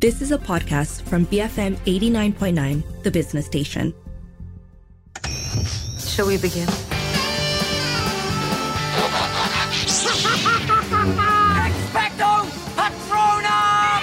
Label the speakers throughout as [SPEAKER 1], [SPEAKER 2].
[SPEAKER 1] This is a podcast from BFM 89.9, the business station.
[SPEAKER 2] Shall we begin?
[SPEAKER 3] Expecto Patronum!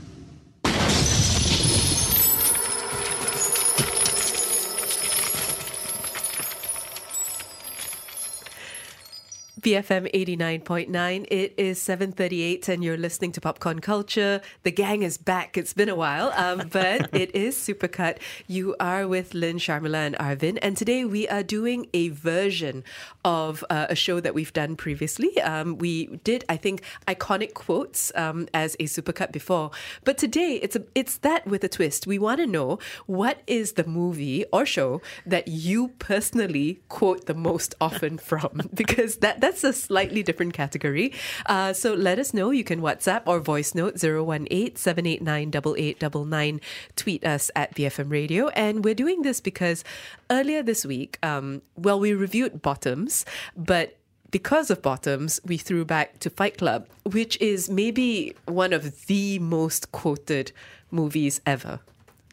[SPEAKER 4] BFM 89.9. It is 7:38 and you're listening to Popcorn Culture. The gang is back. It's been a while, um, but it is Supercut. You are with Lynn, Sharmila and Arvin and today we are doing a version of uh, a show that we've done previously. Um, we did I think iconic quotes um, as a Supercut before, but today it's a, it's that with a twist. We want to know what is the movie or show that you personally quote the most often from because that that's a slightly different category. Uh, so let us know. You can WhatsApp or voice note 018 789 8899. Tweet us at BFM Radio. And we're doing this because earlier this week, um, well, we reviewed Bottoms, but because of Bottoms, we threw back to Fight Club, which is maybe one of the most quoted movies ever.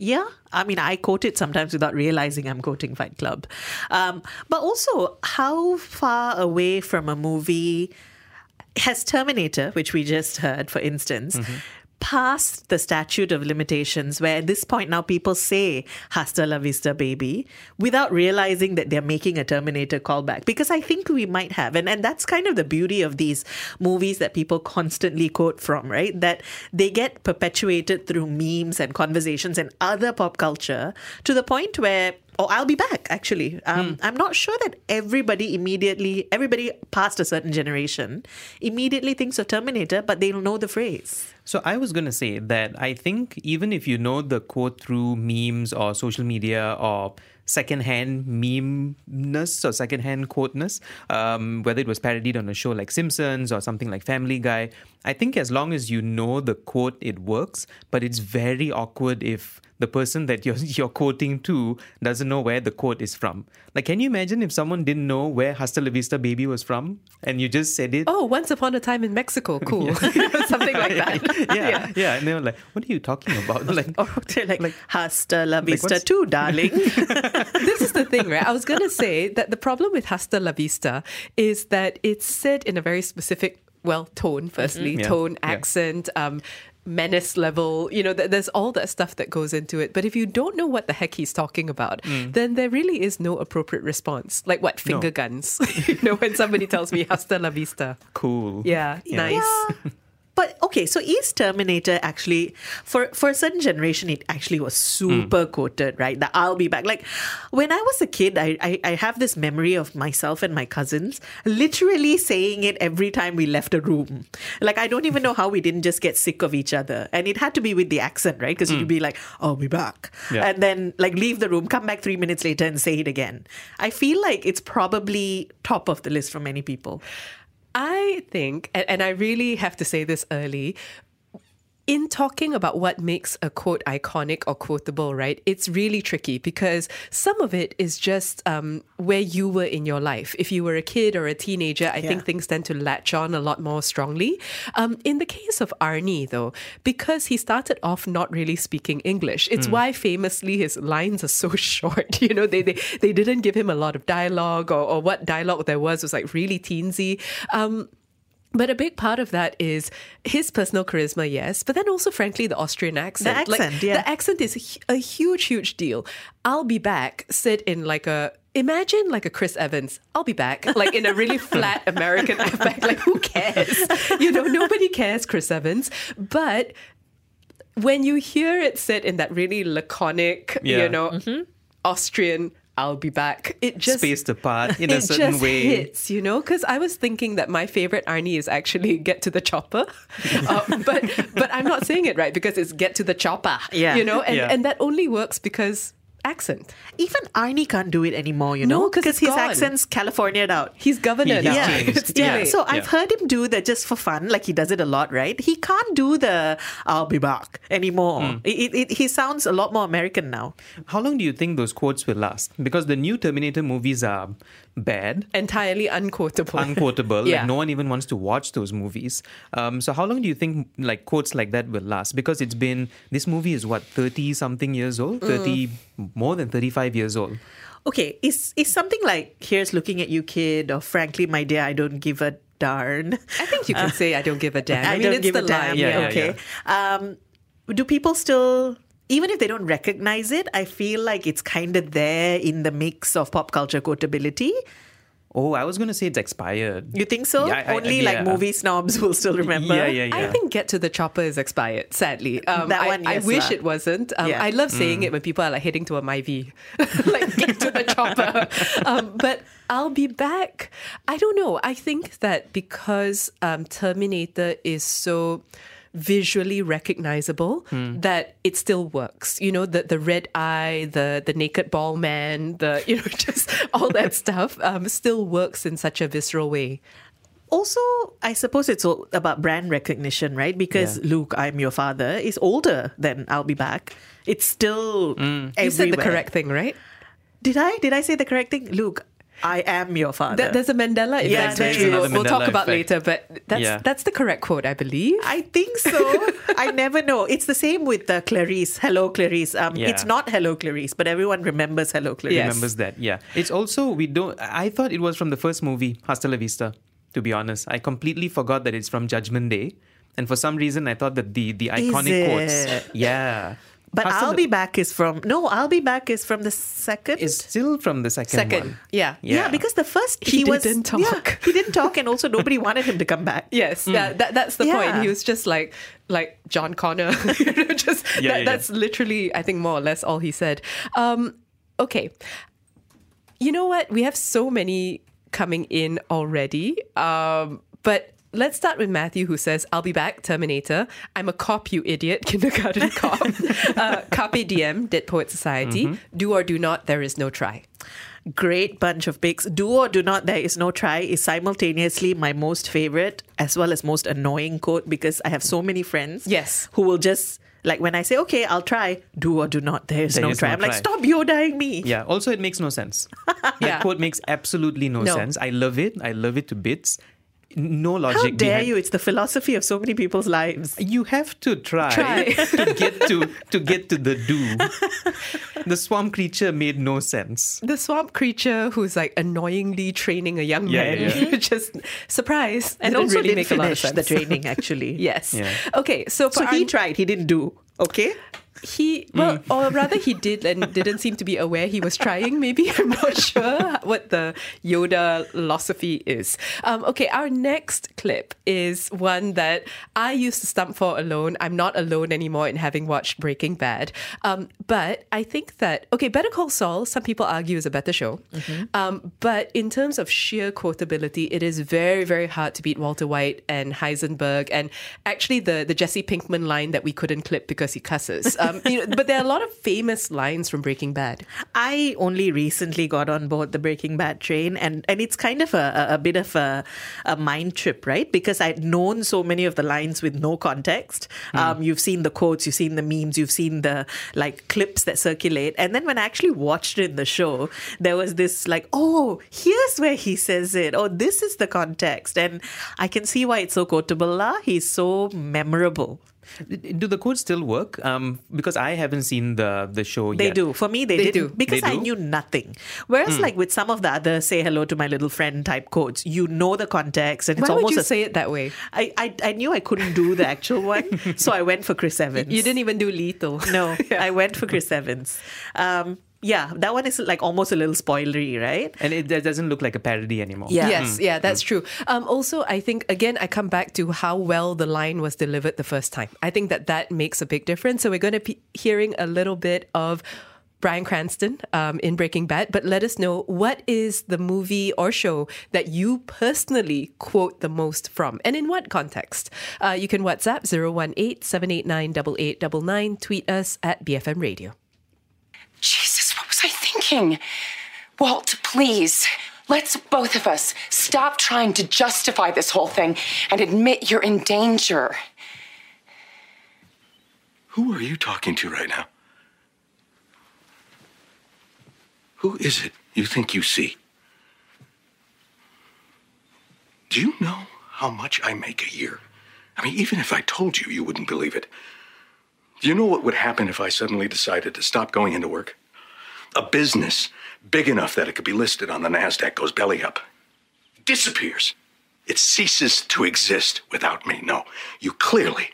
[SPEAKER 5] Yeah, I mean, I quote it sometimes without realizing I'm quoting Fight Club. Um, but also, how far away from a movie has Terminator, which we just heard, for instance, passed the statute of limitations where at this point now people say hasta la vista baby without realizing that they're making a terminator callback because i think we might have and, and that's kind of the beauty of these movies that people constantly quote from right that they get perpetuated through memes and conversations and other pop culture to the point where Oh, I'll be back, actually.
[SPEAKER 6] Hmm.
[SPEAKER 5] Um, I'm not sure that everybody immediately, everybody past a certain generation, immediately thinks of Terminator, but they'll know the phrase.
[SPEAKER 6] So I was going to say that I think even if you know the quote through memes or social media or secondhand meme-ness or secondhand quote-ness, um, whether it was parodied on a show like Simpsons or something like Family Guy, I think as long as you know the quote, it works. But it's very awkward if the person that you're, you're quoting to doesn't know where the quote is from. Like, can you imagine if someone didn't know where Hasta La Vista Baby was from and you just said it?
[SPEAKER 4] Oh, Once Upon a Time in Mexico. Cool. Something like that.
[SPEAKER 6] yeah, yeah, And they were like, what are you talking about? Like,
[SPEAKER 5] Or they're like,
[SPEAKER 6] Like-
[SPEAKER 5] hasta la vista
[SPEAKER 6] what's-
[SPEAKER 5] too, darling.
[SPEAKER 4] this is the thing, right? I was going to say that the problem with Hasta La Vista is that it's said in a very specific, well, tone, firstly,
[SPEAKER 6] Mm-hmm. Yeah,
[SPEAKER 4] tone,
[SPEAKER 6] yeah.
[SPEAKER 4] accent, um, menace level. You know, th- there's all that stuff that goes into it. But if you don't know what the heck he's talking about,
[SPEAKER 6] Mm.
[SPEAKER 4] then there really is no appropriate response. Like what? Finger guns. you know, when somebody tells me Hasta La Vista.
[SPEAKER 6] cool.
[SPEAKER 4] Yeah, nice.
[SPEAKER 5] but okay, so is Terminator actually for for a certain generation it actually was super quoted, right? The I'll be back. Like when I was a kid, I, I I have this memory of myself and my cousins literally saying it every time we left a room. Like I don't even know how we didn't just get sick of each other. And it had to be with the accent, right? Because you'd be like, I'll be back.
[SPEAKER 6] Yeah.
[SPEAKER 5] And then like leave the room, come back three minutes later and say it again. I feel like it's probably top of the list for many people.
[SPEAKER 4] I think, and, and I really have to say this early, in talking about what makes a quote iconic or quotable, right, it's really tricky because some of it is just um, where you were in your life. If you were a kid or a teenager, I think
[SPEAKER 5] Yeah.
[SPEAKER 4] things tend to latch on a lot more strongly. Um, in the case of Arnie, though, because he started off not really speaking English, it's why famously his lines are so short. You know, they they, they didn't give him a lot of dialogue, or, or what dialogue there was was like really teensy. Um, but a big part of that is his personal charisma, yes, but then also, frankly, the Austrian accent.
[SPEAKER 5] The accent, yeah.
[SPEAKER 4] The accent is a hu- a huge, huge deal. I'll be back, said in like a. Imagine like a Chris Evans, I'll be back, like in a really flat American affect. Like, who cares? You know, nobody cares, Chris Evans. But when you hear it said in that really laconic,
[SPEAKER 6] Yeah.
[SPEAKER 4] you know,
[SPEAKER 5] Mm-hmm.
[SPEAKER 4] Austrian, I'll be back, it just
[SPEAKER 6] Spaced apart in a
[SPEAKER 4] it
[SPEAKER 6] certain
[SPEAKER 4] just
[SPEAKER 6] way.
[SPEAKER 4] hits, you know. Because I was thinking that my favorite Arnie is actually "Get to the Chopper," Uh, but but I'm not saying it right because it's "Get to the Chopper,"
[SPEAKER 5] Yeah.
[SPEAKER 4] you know, and
[SPEAKER 6] Yeah.
[SPEAKER 4] and that only works because accent.
[SPEAKER 5] Even Arnie can't do it anymore, you
[SPEAKER 4] No,
[SPEAKER 5] know,
[SPEAKER 4] 'cause it's
[SPEAKER 5] his
[SPEAKER 4] gone.
[SPEAKER 5] accent's Californiaed out.
[SPEAKER 4] He's governor
[SPEAKER 6] He- he's
[SPEAKER 4] now.
[SPEAKER 6] changed.
[SPEAKER 4] It's too
[SPEAKER 6] Yeah.
[SPEAKER 4] late.
[SPEAKER 5] So I've heard him do that just for fun, like he does it a lot, right? He can't do the "I'll be back" anymore.
[SPEAKER 6] Hmm.
[SPEAKER 5] It, it, it, he sounds a lot more American now.
[SPEAKER 6] How long do you think those quotes will last? Because the new Terminator movies are bad,
[SPEAKER 4] entirely unquotable.
[SPEAKER 6] unquotable.
[SPEAKER 4] Yeah.
[SPEAKER 6] Like no one even wants to watch those movies. Um, so how long do you think like quotes like that will last? Because it's been this movie is what thirty something years old, thirty
[SPEAKER 4] Mm.
[SPEAKER 6] more than thirty five years old.
[SPEAKER 5] Okay, is is something like "Here's looking at you, kid," or "Frankly, my dear, I don't give a darn."
[SPEAKER 4] I think you can say I don't give a damn. I, mean,
[SPEAKER 5] don't
[SPEAKER 4] it's
[SPEAKER 5] give
[SPEAKER 4] the
[SPEAKER 5] a damn.
[SPEAKER 4] line.
[SPEAKER 6] Yeah, yeah,
[SPEAKER 5] okay. Um, do people still, even if they don't recognize it, I feel like it's kind of there in the mix of pop culture quotability.
[SPEAKER 6] Oh, I was gonna say it's expired.
[SPEAKER 5] You think so?
[SPEAKER 6] Yeah, I- I-
[SPEAKER 5] Only like
[SPEAKER 6] yeah.
[SPEAKER 5] movie snobs will still remember.
[SPEAKER 6] Yeah, yeah, yeah.
[SPEAKER 4] I think Get to the Chopper is expired, sadly. Um,
[SPEAKER 5] That
[SPEAKER 4] I,
[SPEAKER 5] one,
[SPEAKER 4] I
[SPEAKER 5] yes
[SPEAKER 4] wish
[SPEAKER 5] lah.
[SPEAKER 4] it wasn't. Um,
[SPEAKER 5] Yeah.
[SPEAKER 4] I love
[SPEAKER 6] Mm.
[SPEAKER 4] saying it when people are like heading to a MyV. like, Get to the Chopper. Um, but I'll be back. I don't know. I think that because um, Terminator is so visually recognizable
[SPEAKER 6] Hmm.
[SPEAKER 4] that it still works you know the the red eye the the naked ball man the you know just all that stuff um still works in such a visceral way
[SPEAKER 5] Also, I suppose it's all about brand recognition, right? Because
[SPEAKER 6] Yeah.
[SPEAKER 5] Luke, I'm your father, is older than I'll be back. It's still
[SPEAKER 6] Mm.
[SPEAKER 5] everywhere.
[SPEAKER 4] you said the correct thing right
[SPEAKER 5] Did I? Did I say the correct thing? Luke, I am your
[SPEAKER 4] Th-
[SPEAKER 5] father.
[SPEAKER 4] there's a Mandela effect.
[SPEAKER 5] Yeah, there
[SPEAKER 4] which
[SPEAKER 5] is
[SPEAKER 4] we'll,
[SPEAKER 5] another
[SPEAKER 4] we'll talk
[SPEAKER 6] Mandela
[SPEAKER 4] about
[SPEAKER 6] effect.
[SPEAKER 4] later, but that's
[SPEAKER 6] Yeah.
[SPEAKER 4] that's the correct quote, I believe.
[SPEAKER 5] I think so. I never know. It's the same with uh, Clarice. Hello, Clarice. Um,
[SPEAKER 6] Yeah.
[SPEAKER 5] It's not Hello, Clarice, but everyone remembers Hello, Clarice.
[SPEAKER 4] Yes.
[SPEAKER 6] remembers that. Yeah, it's also we don't. I thought it was from the first movie, Hasta La Vista. To be honest, I completely forgot that it's from Judgment Day, and for some reason I thought that the the iconic
[SPEAKER 5] it?
[SPEAKER 6] quotes. Yeah,
[SPEAKER 5] But
[SPEAKER 6] Hasta
[SPEAKER 5] I'll be
[SPEAKER 6] La-
[SPEAKER 5] back is from no. I'll be back is from the second.
[SPEAKER 6] is still from the second.
[SPEAKER 4] Second,
[SPEAKER 6] one.
[SPEAKER 4] yeah.
[SPEAKER 5] yeah. because the first
[SPEAKER 4] He
[SPEAKER 5] he, was
[SPEAKER 4] didn't
[SPEAKER 5] yeah,
[SPEAKER 4] talk.
[SPEAKER 5] he didn't talk, and also nobody wanted him to come back.
[SPEAKER 4] Yes,
[SPEAKER 6] Mm.
[SPEAKER 4] yeah, that, that's the point.
[SPEAKER 5] Yeah.
[SPEAKER 4] He was just like like John Connor. You know, just
[SPEAKER 6] Yeah,
[SPEAKER 4] that,
[SPEAKER 6] yeah,
[SPEAKER 4] that's literally, I think, more or less all he said. Um, okay, you know what? We have so many coming in already, um, but. Let's start with Matthew, who says, I'll be back, Terminator. I'm a cop, you idiot, kindergarten cop. uh, Carpe Diem, Dead Poet Society.
[SPEAKER 6] Mm-hmm.
[SPEAKER 4] Do or do not, there is no try.
[SPEAKER 5] Great bunch of picks. Do or do not. There is no try is simultaneously my most favorite as well as most annoying quote because I have so many friends.
[SPEAKER 4] Yes.
[SPEAKER 5] who will just like when I say okay, I'll try. Do or do not. There is
[SPEAKER 6] There
[SPEAKER 5] no
[SPEAKER 6] is
[SPEAKER 5] try.
[SPEAKER 6] no
[SPEAKER 5] I'm like
[SPEAKER 6] try.
[SPEAKER 5] stop yodaing me.
[SPEAKER 6] Yeah. Also, it makes no sense.
[SPEAKER 4] Yeah.
[SPEAKER 6] That quote makes absolutely no,
[SPEAKER 4] No.
[SPEAKER 6] sense. I love it. I love it to bits. No logic.
[SPEAKER 5] How dare
[SPEAKER 6] behind-
[SPEAKER 5] you? It's the philosophy of so many people's lives.
[SPEAKER 6] You have to try,
[SPEAKER 4] Try.
[SPEAKER 6] to get to to get to the do. the swamp creature made no sense.
[SPEAKER 4] the swamp creature who's like annoyingly training a young
[SPEAKER 6] Yeah,
[SPEAKER 4] man.
[SPEAKER 6] yeah, yeah.
[SPEAKER 4] just surprise.
[SPEAKER 5] And
[SPEAKER 4] didn't
[SPEAKER 5] also
[SPEAKER 4] really
[SPEAKER 5] didn't
[SPEAKER 4] make a lot of
[SPEAKER 5] finish
[SPEAKER 4] sense.
[SPEAKER 5] the training actually.
[SPEAKER 4] yes.
[SPEAKER 6] Yeah.
[SPEAKER 4] Okay. So for
[SPEAKER 5] So he
[SPEAKER 4] Arn-
[SPEAKER 5] tried, he didn't do. Okay?
[SPEAKER 6] Mm.
[SPEAKER 4] he well, or rather, he did and didn't seem to be aware he was trying. Maybe I'm not sure what the Yoda philosophy is. Um, okay, our next clip is one that I used to stump for alone. I'm not alone anymore in having watched Breaking Bad, um, but I think that okay, Better Call Saul. Some people argue is a better show, um, but in terms of sheer quotability, it is very very hard to beat Walter White and Heisenberg and actually the the Jesse Pinkman line that we couldn't clip because he cusses. Um, you know, but there are a lot of famous lines from Breaking Bad.
[SPEAKER 5] I only recently got on board the Breaking Bad train, and, and it's kind of a, a, a bit of a, a mind trip, right? Because I'd known so many of the lines with no context. Um, you've seen the quotes, you've seen the memes, you've seen the like clips that circulate. And then when I actually watched it in the show, there was this like, oh, here's where he says it. Oh, this is the context. And I can see why it's so quotable. lah. He's so memorable.
[SPEAKER 6] Do the quotes still work? Um, because I haven't seen the the show
[SPEAKER 5] They
[SPEAKER 6] yet.
[SPEAKER 5] do. For me, they,
[SPEAKER 4] They
[SPEAKER 5] didn't
[SPEAKER 4] do.
[SPEAKER 5] because
[SPEAKER 6] They
[SPEAKER 5] I
[SPEAKER 6] do? Hmm.
[SPEAKER 5] knew nothing. Whereas, like with some of the other "say hello to my little friend" type codes, you know the context, and it's
[SPEAKER 4] Why
[SPEAKER 5] almost
[SPEAKER 4] would you
[SPEAKER 5] a,
[SPEAKER 4] say it that way?
[SPEAKER 5] I, I I knew I couldn't do the actual one, so I went for Chris Evans.
[SPEAKER 4] You didn't even do lethal.
[SPEAKER 5] No, I went for Chris Evans. Um, yeah, that one is like almost a little spoilery, right?
[SPEAKER 6] And it, that doesn't look like a parody anymore.
[SPEAKER 5] Yeah.
[SPEAKER 4] Yes, yeah, that's true. Um, also, I think again, I come back to how well the line was delivered the first time. I think that that makes a big difference. So we're going to be hearing a little bit of Brian Cranston um, in Breaking Bad, but let us know what is the movie or show that you personally quote the most from, and in what context. Uh, you can WhatsApp 018 789 8899, tweet us at BFM Radio.
[SPEAKER 2] Jesus, what King. Walt, please. Let's both of us stop trying to justify this whole thing and admit you're in danger.
[SPEAKER 7] Who are you talking to right now? Who is it you think you see? Do you know how much I make a year? I mean, even if I told you, you wouldn't believe it. Do you know what would happen if I suddenly decided to stop going into work? A business big enough that it could be listed on the NASDAQ goes belly up, disappears. It ceases to exist without me. No, you clearly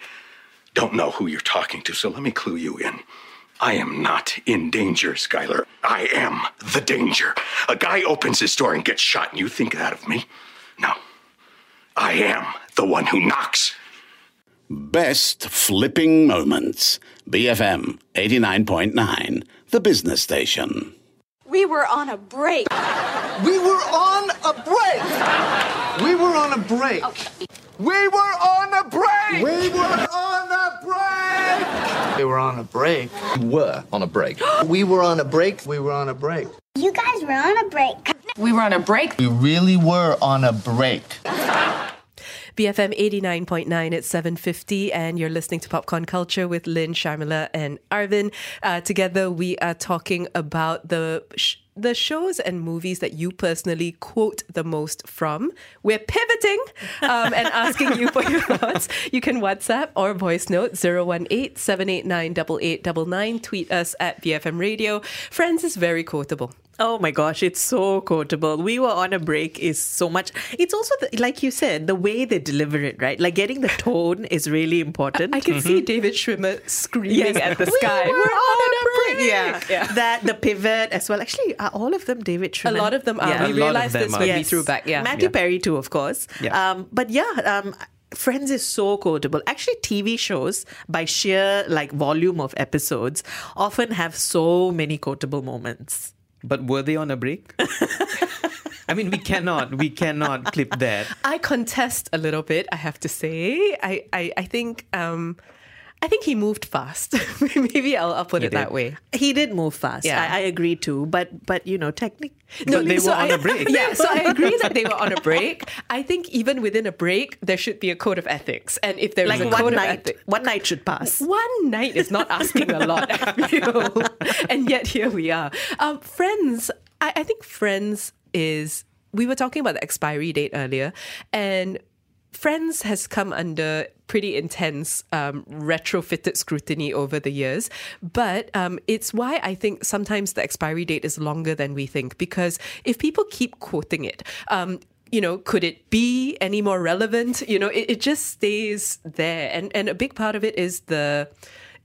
[SPEAKER 7] don't know who you're talking to, so let me clue you in. I am not in danger, Skylar. I am the danger. A guy opens his door and gets shot, and you think that of me? No. I am the one who knocks.
[SPEAKER 8] Best flipping moments. BFM 89.9, the business station.
[SPEAKER 9] We were on a break.
[SPEAKER 10] We were on a break. We were on a break.
[SPEAKER 3] We were on a break!
[SPEAKER 10] We were on a break. We were on a break.
[SPEAKER 11] Were on a break.
[SPEAKER 10] We were on a break. We were on a break.
[SPEAKER 12] You guys were on a break.
[SPEAKER 2] We were on a break.
[SPEAKER 10] We really were on a break.
[SPEAKER 4] BFM 89.9 at 7.50 and you're listening to Popcorn Culture with Lynn, Sharmila and Arvin. Uh, together we are talking about the... Sh- the shows and movies that you personally quote the most from. We're pivoting um, and asking you for your thoughts. You can WhatsApp or voice note 018 789 8899. Tweet us at BFM Radio. Friends is very quotable.
[SPEAKER 5] Oh my gosh, it's so quotable. We were on a break is so much. It's also, the, like you said, the way they deliver it, right? Like getting the tone is really important.
[SPEAKER 4] I can
[SPEAKER 6] Mm-hmm.
[SPEAKER 4] see David Schwimmer screaming
[SPEAKER 5] Yes.
[SPEAKER 4] at the
[SPEAKER 5] We
[SPEAKER 4] sky.
[SPEAKER 5] were on a break.
[SPEAKER 4] Yeah. yeah.
[SPEAKER 5] That the pivot as well. Actually, are all of them David
[SPEAKER 4] A
[SPEAKER 5] Truman?
[SPEAKER 4] lot of them are.
[SPEAKER 6] Yeah. A
[SPEAKER 4] we
[SPEAKER 6] lot of
[SPEAKER 4] realized
[SPEAKER 6] them
[SPEAKER 4] this
[SPEAKER 6] are.
[SPEAKER 4] when we
[SPEAKER 6] Yes.
[SPEAKER 4] threw back. Yeah.
[SPEAKER 5] Matthew Perry too, of course.
[SPEAKER 6] Yeah.
[SPEAKER 5] Um, but yeah, um, Friends is so quotable. Actually, TV shows by sheer like volume of episodes often have so many quotable moments.
[SPEAKER 6] But were they on a break? I mean, we cannot, we cannot clip that.
[SPEAKER 4] I contest a little bit, I have to say. I, I, I think um, I think he moved fast. Maybe I'll, I'll put it
[SPEAKER 6] did.
[SPEAKER 4] that way.
[SPEAKER 5] He did move fast.
[SPEAKER 4] Yeah.
[SPEAKER 5] I, I agree too. But but you know, technically,
[SPEAKER 6] But they
[SPEAKER 4] so
[SPEAKER 6] were on
[SPEAKER 4] I-
[SPEAKER 6] a break.
[SPEAKER 4] Yeah, so I agree that they were on a break. I think even within a break, there should be a code of ethics. And if there is
[SPEAKER 5] like
[SPEAKER 4] a
[SPEAKER 5] one
[SPEAKER 4] code of
[SPEAKER 5] night,
[SPEAKER 4] ethics,
[SPEAKER 5] one night should pass.
[SPEAKER 4] one night is not asking a lot, I feel. and yet here we are. Um, friends, I, I think Friends is. We were talking about the expiry date earlier, and Friends has come under pretty intense um, retrofitted scrutiny over the years. But um, it's why I think sometimes the expiry date is longer than we think because if people keep quoting it. Um, you know, could it be any more relevant? You know, it, it just stays there. And and a big part of it is the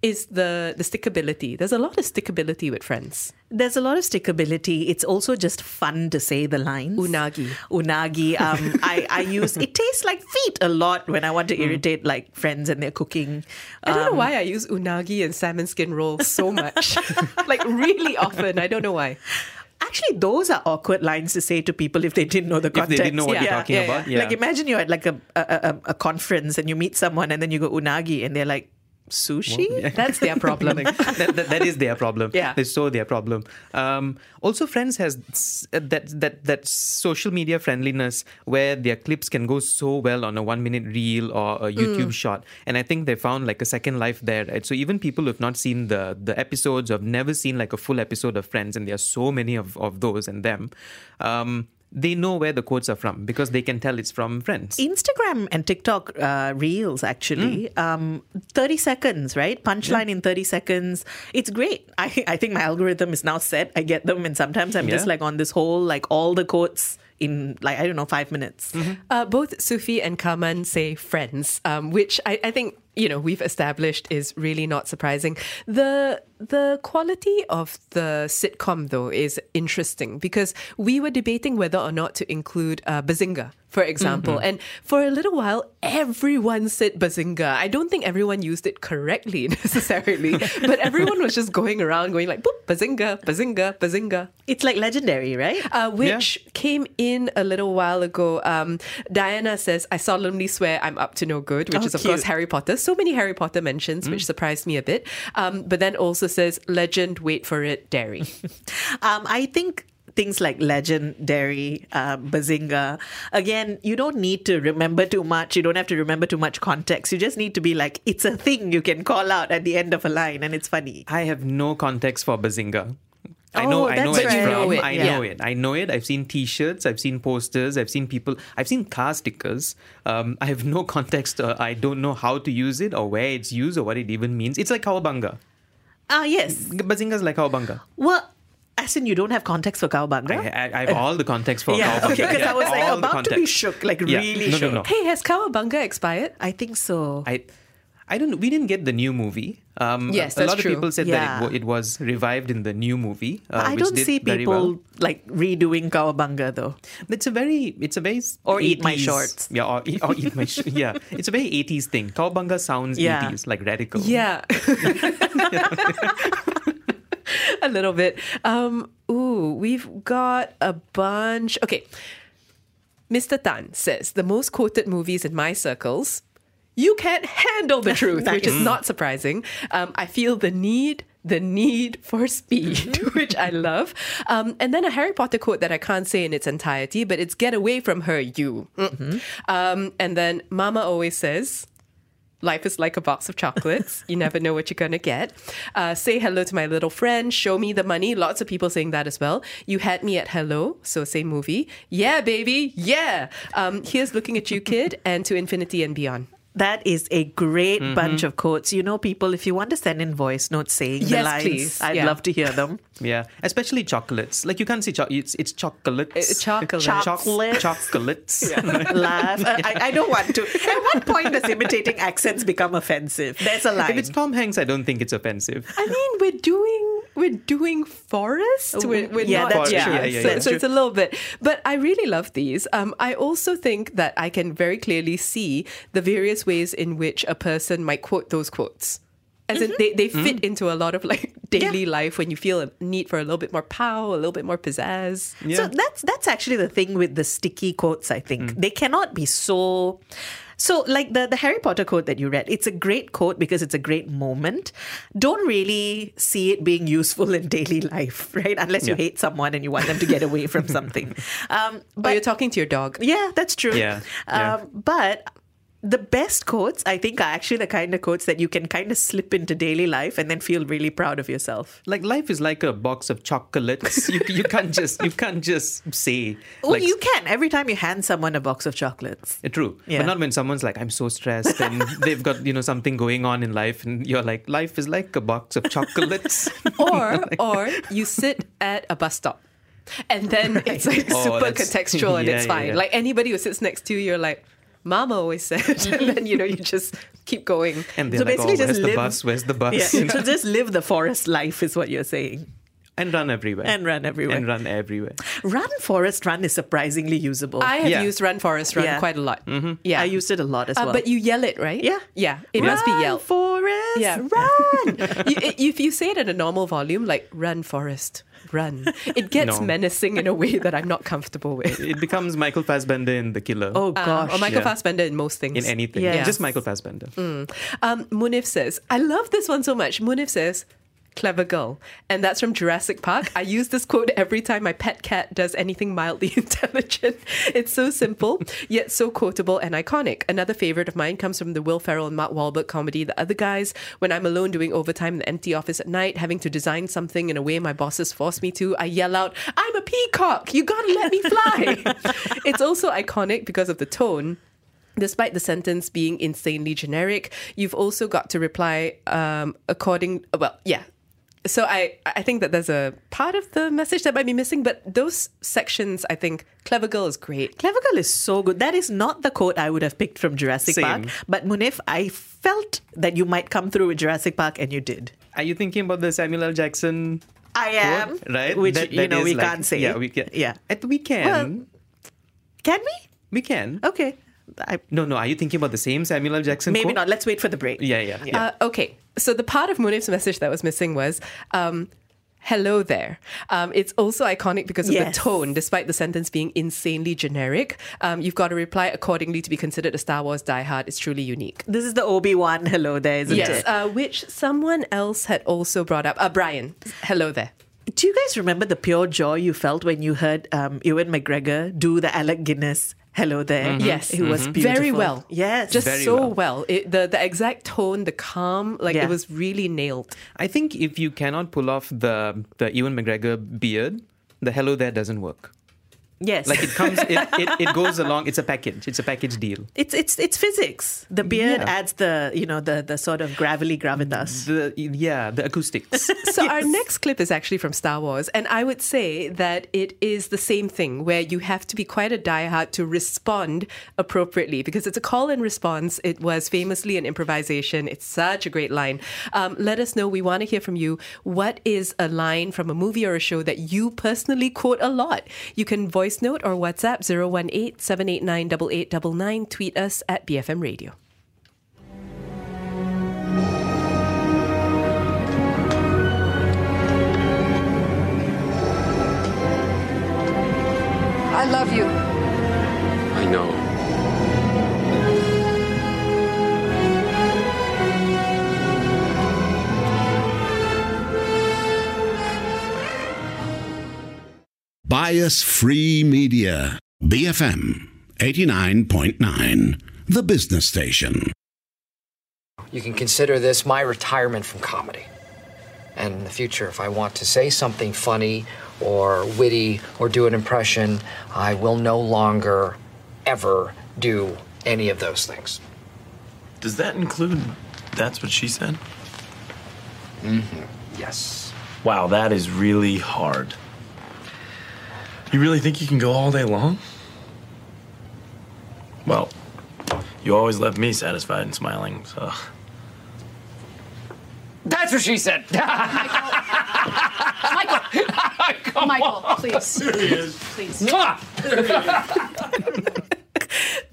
[SPEAKER 4] is the the stickability. There's a lot of stickability with friends.
[SPEAKER 5] There's a lot of stickability. It's also just fun to say the lines.
[SPEAKER 4] Unagi.
[SPEAKER 5] Unagi. Um, I, I use it tastes like feet a lot when I want
[SPEAKER 6] Mm.
[SPEAKER 5] to irritate like friends and their cooking. Uh,
[SPEAKER 4] I don't know why I use unagi and salmon skin rolls so much. like really often. I don't know why.
[SPEAKER 5] Actually, those are awkward lines to say to people if they didn't know the
[SPEAKER 6] If they
[SPEAKER 5] context.
[SPEAKER 6] didn't know what
[SPEAKER 4] Yeah,
[SPEAKER 6] you're talking
[SPEAKER 4] yeah,
[SPEAKER 6] about,
[SPEAKER 4] yeah.
[SPEAKER 6] yeah.
[SPEAKER 5] Like imagine you're at like a, a, a, a conference and you meet someone and then you go unagi and they're like sushi.
[SPEAKER 4] That's their problem.
[SPEAKER 6] Like, that, that, that is their problem.
[SPEAKER 4] Yeah.
[SPEAKER 6] it's so their problem. Um, also, Friends has s- uh, that that that social media friendliness where their clips can go so well on a one minute reel or a
[SPEAKER 4] Mm.
[SPEAKER 6] YouTube shot, and I think they found like a second life there. Right? So even people who've not seen the the episodes, or have never seen like a full episode of Friends, and there are so many of of those and them. Um, they know where the quotes are from because they can tell it's from Friends.
[SPEAKER 5] Instagram and TikTok uh, reels actually um, 30 seconds right punchline in 30 seconds it's great I, I think my algorithm is now set I get them and sometimes I'm just
[SPEAKER 6] Yeah.
[SPEAKER 5] like on this whole like all the quotes in like I don't know five minutes
[SPEAKER 4] Uh, both Sufi and Kaman say friends, um, which I, I think you know we've established is really not surprising. The the quality of the sitcom though is interesting because we were debating whether or not to include uh, Bazinga, for example, and for a little while everyone said Bazinga. I don't think everyone used it correctly necessarily, but everyone was just going around going like boop Bazinga, Bazinga, Bazinga,
[SPEAKER 5] it's like legendary right
[SPEAKER 4] uh, which came in a little while ago. Um, Diana says, I solemnly swear I'm up to no good, which
[SPEAKER 5] Oh,
[SPEAKER 4] is, of
[SPEAKER 5] cute. Mm.
[SPEAKER 4] course, Harry Potter. So many Harry Potter mentions, which surprised me a bit. Um, but then also says legend, wait for it, dairy.
[SPEAKER 5] um, I think things like legendary uh, bazinga again you don't need to remember too much you don't have to remember too much context you just need to be like it's a thing you can call out at the end of a line and it's funny
[SPEAKER 6] I have no context for Bazinga. I
[SPEAKER 5] Oh,
[SPEAKER 6] know, I know
[SPEAKER 5] that's
[SPEAKER 6] it's
[SPEAKER 5] right.
[SPEAKER 6] from.
[SPEAKER 5] You know it,
[SPEAKER 6] I
[SPEAKER 5] yeah.
[SPEAKER 6] know it. I know it. I've seen T-shirts. I've seen posters. I've seen people. I've seen car stickers. Um, I have no context. Uh, I don't know how to use it or where it's used or what it even means. It's like cowabunga.
[SPEAKER 5] ah yes
[SPEAKER 6] Bazinga's like cowabunga.
[SPEAKER 5] well as in you don't have context for cowabunga
[SPEAKER 6] I, I, I have all the context for
[SPEAKER 5] yeah
[SPEAKER 6] cowabunga.
[SPEAKER 5] okay because
[SPEAKER 6] Yeah,
[SPEAKER 5] i was like
[SPEAKER 6] all the
[SPEAKER 5] about to be
[SPEAKER 6] context.
[SPEAKER 5] shook like
[SPEAKER 6] Yeah.
[SPEAKER 5] really
[SPEAKER 6] No, no,
[SPEAKER 5] shook
[SPEAKER 6] no.
[SPEAKER 4] Hey, has Kawabunga expired?
[SPEAKER 5] i think so
[SPEAKER 6] I I don't. We didn't get the new movie. Um,
[SPEAKER 4] Yes,
[SPEAKER 6] a, a
[SPEAKER 4] that's
[SPEAKER 6] lot
[SPEAKER 4] true.
[SPEAKER 6] of people said that
[SPEAKER 5] Yeah.
[SPEAKER 6] it, wa- it was revived in the new movie. Uh,
[SPEAKER 5] But I
[SPEAKER 6] which
[SPEAKER 5] don't
[SPEAKER 6] did
[SPEAKER 5] see
[SPEAKER 6] very
[SPEAKER 5] people
[SPEAKER 6] well.
[SPEAKER 5] like redoing Kawabunga though.
[SPEAKER 6] It's a very, it's a very
[SPEAKER 5] Or eat my
[SPEAKER 6] 80s
[SPEAKER 5] shorts.
[SPEAKER 6] Yeah, or, eat- or eat my sh- yeah. It's a very eighties thing. Cowabunga sounds
[SPEAKER 5] Yeah.
[SPEAKER 6] eighties, like radical.
[SPEAKER 4] Yeah. a little bit. Um, ooh, we've got a bunch. Okay. Mr. Tan says the most quoted movies in my circles You Can't Handle the Truth, which is not surprising. Um, I feel the need. The need for speed, which I love. Um, and then a Harry Potter quote that I can't say in its entirety, but it's get away from her, you. Mm. Um, and then Mama always says, Life is like a box of chocolates. You never know what you're going to get. Uh, say hello to my little friend. Show me the money. Lots of people saying that as well. You had me at hello. So say movie. Yeah, baby. Yeah. Um, here's looking at you, kid, and to infinity and beyond.
[SPEAKER 5] That is a great
[SPEAKER 6] Mm-hmm.
[SPEAKER 5] bunch of quotes. You know, people, if you want to send in voice notes saying the
[SPEAKER 4] Yes,
[SPEAKER 5] lines,
[SPEAKER 4] please.
[SPEAKER 5] I'd
[SPEAKER 4] Yeah.
[SPEAKER 5] love to hear them.
[SPEAKER 6] yeah. Especially chocolates. Like you can't say cho- it's it's chocolates.
[SPEAKER 4] Uh, chocolate.
[SPEAKER 6] Choc-
[SPEAKER 5] Chocolates.
[SPEAKER 6] chocolates.
[SPEAKER 5] Laugh. Uh, I, I don't want to. At what point does imitating accents become offensive? There's a
[SPEAKER 6] If
[SPEAKER 5] line.
[SPEAKER 6] it's Tom Hanks, I don't think it's offensive.
[SPEAKER 4] I mean, we're doing we're doing forest. We're, we're
[SPEAKER 5] yeah,
[SPEAKER 4] not
[SPEAKER 5] that's
[SPEAKER 6] true.
[SPEAKER 4] yeah.
[SPEAKER 6] Oh, Yeah, yeah,
[SPEAKER 4] so,
[SPEAKER 6] yeah.
[SPEAKER 4] so it's a little bit. But I really love these. Um, I also think that I can very clearly see the various ways in which a person might quote those quotes. As
[SPEAKER 6] Mm-hmm.
[SPEAKER 4] in, they, they fit into a lot of like daily life when you feel a need for a little bit more pow, a little bit more pizzazz.
[SPEAKER 5] So that's that's actually the thing with the sticky quotes. I think
[SPEAKER 6] Mm.
[SPEAKER 5] they cannot be so. So like the the Harry Potter quote that you read, it's a great quote because it's a great moment. Don't really see it being useful in daily life, right? Unless you
[SPEAKER 6] Yeah. Oh,
[SPEAKER 5] hate someone and you want them to get away from something. Um,
[SPEAKER 4] But
[SPEAKER 5] but
[SPEAKER 4] you're talking to your dog.
[SPEAKER 5] yeah, that's true.
[SPEAKER 6] Yeah, yeah.
[SPEAKER 5] Um, but the best quotes, I think, are actually the kind of quotes that you can kind of slip into daily life and then feel really proud of yourself.
[SPEAKER 6] Like life is like a box of chocolates. you, you can't just you can't just say
[SPEAKER 5] Oh,
[SPEAKER 6] like
[SPEAKER 5] you can every time you hand someone a box of chocolates.
[SPEAKER 6] Uh, True,
[SPEAKER 5] Yeah.
[SPEAKER 6] but not when someone's like, "I'm so stressed," and they've got you know something going on in life, and you're like, "Life is like a box of chocolates."
[SPEAKER 4] Or or you sit at a bus stop. And then it's like
[SPEAKER 6] Oh,
[SPEAKER 4] super
[SPEAKER 6] that's-
[SPEAKER 4] contextual and
[SPEAKER 6] yeah,
[SPEAKER 4] it's
[SPEAKER 6] yeah,
[SPEAKER 4] fine.
[SPEAKER 6] yeah.
[SPEAKER 4] Like anybody who sits next to you, you're like, Mama always said. and then, you know, you just keep going.
[SPEAKER 6] and they're
[SPEAKER 5] So
[SPEAKER 6] like, "Oh,
[SPEAKER 5] basically just
[SPEAKER 6] where's the
[SPEAKER 5] live-
[SPEAKER 6] bus? Where's the bus?"
[SPEAKER 5] Yeah, so just live the forest life is what you're saying.
[SPEAKER 6] and run everywhere.
[SPEAKER 5] And run everywhere.
[SPEAKER 6] And run everywhere.
[SPEAKER 5] Run forest run is surprisingly usable.
[SPEAKER 4] I have
[SPEAKER 6] Yeah. Mm-hmm.
[SPEAKER 4] used Run Forest Run
[SPEAKER 5] Yeah.
[SPEAKER 4] quite a lot. Yeah.
[SPEAKER 5] I used it a lot as
[SPEAKER 4] Uh,
[SPEAKER 5] well.
[SPEAKER 4] But you yell it, right?
[SPEAKER 5] Yeah.
[SPEAKER 4] Yeah. It must be
[SPEAKER 5] Run,
[SPEAKER 4] yelled.
[SPEAKER 5] Forest.
[SPEAKER 4] yeah. Run! you, i- if you say it at a normal volume, like Run Forest, run, it gets
[SPEAKER 6] No.
[SPEAKER 4] menacing in a way that I'm not comfortable with. Uh,
[SPEAKER 6] It becomes Michael Fassbender in The Killer.
[SPEAKER 5] Oh gosh.
[SPEAKER 4] or Michael
[SPEAKER 6] yeah.
[SPEAKER 4] Fassbender in most things.
[SPEAKER 6] in anything.
[SPEAKER 5] Yes. Mm.
[SPEAKER 6] Just Michael Fassbender.
[SPEAKER 4] Um, Munif says, I love this one so much. Munif says, clever girl. And that's from Jurassic Park. I use this quote every time my pet cat does anything mildly intelligent. It's so simple, yet so quotable and iconic. Another favorite of mine comes from the Will Ferrell and Mark Wahlberg comedy, The Other Guys. When I'm alone doing overtime in the empty office at night, having to design something in a way my bosses force me to, I yell out, I'm a peacock! You gotta let me fly! it's also iconic because of the tone. Despite the sentence being insanely generic, you've also got to reply um, according. Well, yeah. So I, I think that there's a part of the message that might be missing, but those sections, I think, Clever Girl is great.
[SPEAKER 5] Clever Girl is so good. That is not the quote I would have picked from Jurassic
[SPEAKER 6] Same.
[SPEAKER 5] Park. But Munif, I felt that you might come through with Jurassic Park and you did.
[SPEAKER 6] Are you thinking about the Samuel L. Jackson?
[SPEAKER 5] I am.
[SPEAKER 6] quote? Right?
[SPEAKER 5] Which
[SPEAKER 6] That-
[SPEAKER 5] you
[SPEAKER 6] that
[SPEAKER 5] know
[SPEAKER 6] is
[SPEAKER 5] we
[SPEAKER 6] like-
[SPEAKER 5] can't say.
[SPEAKER 6] Yeah, we can.
[SPEAKER 5] Yeah.
[SPEAKER 6] At- we can.
[SPEAKER 5] Well- Can we?
[SPEAKER 6] we can.
[SPEAKER 5] Okay. I,
[SPEAKER 6] No, no. Are you thinking about the same Samuel L. Jackson?
[SPEAKER 5] maybe
[SPEAKER 6] quote?
[SPEAKER 5] not. Let's wait for the break.
[SPEAKER 6] Yeah, yeah. yeah.
[SPEAKER 4] Uh, okay, so the part of Munif's message that was missing was um, hello there. Um, it's also iconic because of
[SPEAKER 5] Yes.
[SPEAKER 4] the tone, despite the sentence being insanely generic. Um, you've got to reply accordingly to be considered a Star Wars diehard. It's truly unique.
[SPEAKER 5] This is the Obi Wan hello there, isn't
[SPEAKER 4] yes,
[SPEAKER 5] it?
[SPEAKER 4] uh, which someone else had also brought up. Uh, Brian, hello there.
[SPEAKER 5] Do you guys remember the pure joy you felt when you heard um, Ewan McGregor do the Alec Guinness hello there?
[SPEAKER 4] Yes, Mm-hmm.
[SPEAKER 5] it was beautiful.
[SPEAKER 4] very well.
[SPEAKER 5] Yes,
[SPEAKER 4] just
[SPEAKER 6] Mm-hmm. Very
[SPEAKER 4] so well.
[SPEAKER 6] well.
[SPEAKER 4] It, the the exact tone, the calm, like
[SPEAKER 5] Yeah.
[SPEAKER 4] it was really nailed.
[SPEAKER 6] I think if you cannot pull off the the Ewan McGregor beard, the hello there doesn't work.
[SPEAKER 5] yes.
[SPEAKER 6] Like it comes, it, it, it goes along. It's a package. It's a package deal.
[SPEAKER 5] it's it's it's physics. The beard
[SPEAKER 6] Yeah.
[SPEAKER 5] adds the you know the the sort of gravelly gravitas.
[SPEAKER 6] The yeah, the acoustics.
[SPEAKER 4] So our next clip is actually from Star Wars, and I would say that it is the same thing where you have to be quite a diehard to respond appropriately because it's a call and response. It was famously an improvisation. It's such a great line. Um, let us know. We want to hear from you. What is a line from a movie or a show that you personally quote a lot? You can voice note or WhatsApp 018 789 8899. Tweet us at BFM Radio.
[SPEAKER 11] I love you.
[SPEAKER 13] I know.
[SPEAKER 8] Bias Free Media. BFM 89.9. The Business Station.
[SPEAKER 14] You can consider this my retirement from comedy. And in the future, if I want to say something funny or witty or do an impression, I will no longer ever do any of those things.
[SPEAKER 15] Does that include that's what she said?
[SPEAKER 14] Mm-hmm. Yes.
[SPEAKER 15] Wow, that is really hard. You really think you can go all day long? Well, you always left me satisfied and smiling, so.
[SPEAKER 11] That's what she said. Michael. Michael. Michael, please. Please.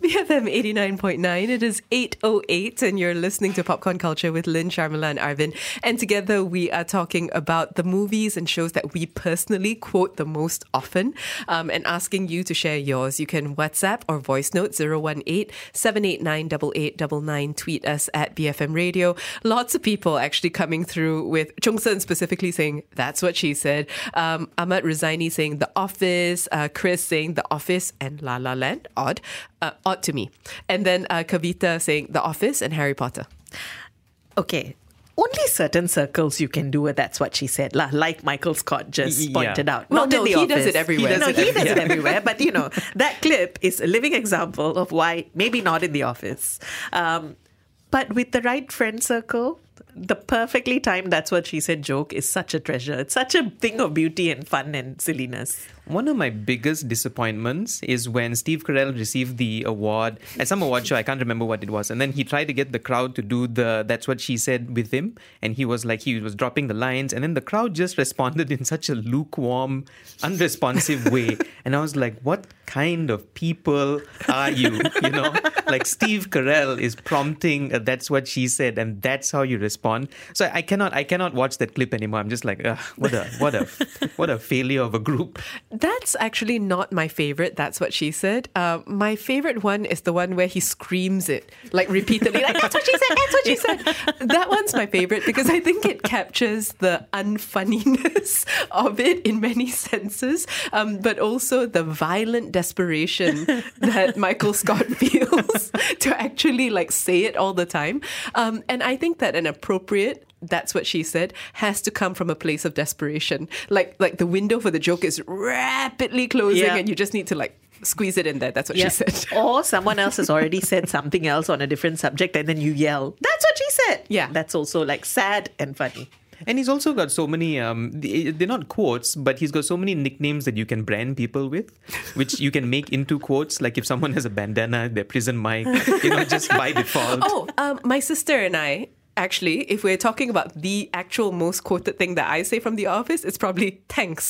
[SPEAKER 4] BFM 89.9. It is 8.08 and you're listening to Popcorn Culture with Lynn, Sharmila and Arvin. And together we are talking about the movies and shows that we personally quote the most often um, and asking you to share yours. You can WhatsApp or voice note 018-789-8899. Tweet us at BFM Radio. Lots of people actually coming through with Chung Sun specifically saying, that's what she said. Um, Ahmad Razaini saying The Office. Uh, Chris saying The Office and La La Land. Odd. Uh, odd to me. And then uh, Kavita saying The Office and Harry Potter.
[SPEAKER 5] Okay. Only certain circles you can do it. That's what she said, lah, like Michael Scott just
[SPEAKER 4] Y- yeah.
[SPEAKER 5] pointed out.
[SPEAKER 4] Well,
[SPEAKER 5] Not
[SPEAKER 4] no,
[SPEAKER 5] in the
[SPEAKER 4] he
[SPEAKER 5] office.
[SPEAKER 4] does it everywhere.
[SPEAKER 5] no,
[SPEAKER 4] does
[SPEAKER 5] he
[SPEAKER 4] it
[SPEAKER 5] does it
[SPEAKER 4] everywhere.
[SPEAKER 5] everywhere. But you know, that clip is a living example of why maybe not in the office. Um, but with the right friend circle, the perfectly timed "That's what she said" joke is such a treasure. It's such a thing of beauty and fun and silliness.
[SPEAKER 6] One of my biggest disappointments is when Steve Carell received the award at some award show. I can't remember what it was, and then he tried to get the crowd to do the "That's what she said" with him, and he was like he was dropping the lines, and then the crowd just responded in such a lukewarm, unresponsive way, and I was like, "What kind of people are you?" You know, like Steve Carell is prompting a "That's what she said," and that's how you respond. So I cannot, I cannot watch that clip anymore. I'm just like, Ugh, what a, what a, what a failure of a group.
[SPEAKER 4] That's actually not my favorite. That's what she said. Uh, my favorite one is the one where he screams it like repeatedly. Like that's what she said. That's what she said. That one's my favorite because I think it captures the unfunniness of it in many senses, um, but also the violent desperation that Michael Scott feels to actually like say it all the time. Um, and I think that an appropriate that's what she said has to come from a place of desperation like like the window for the joke is rapidly closing
[SPEAKER 5] Yeah.
[SPEAKER 4] and you just need to like squeeze it in there that's what she
[SPEAKER 5] Yeah.
[SPEAKER 4] said
[SPEAKER 5] or someone else has already said something else on a different subject, and then you yell, "That's what she said." Yeah, that's also like sad and funny.
[SPEAKER 6] And he's also got so many, um, th- they're not quotes, but he's got so many nicknames that you can brand people with, which you can make into quotes. Like if someone has a bandana, their prison mic, you know, just by default.
[SPEAKER 4] oh um, my sister and i actually if we're talking about the actual most quoted thing that i say from the office it's probably thanks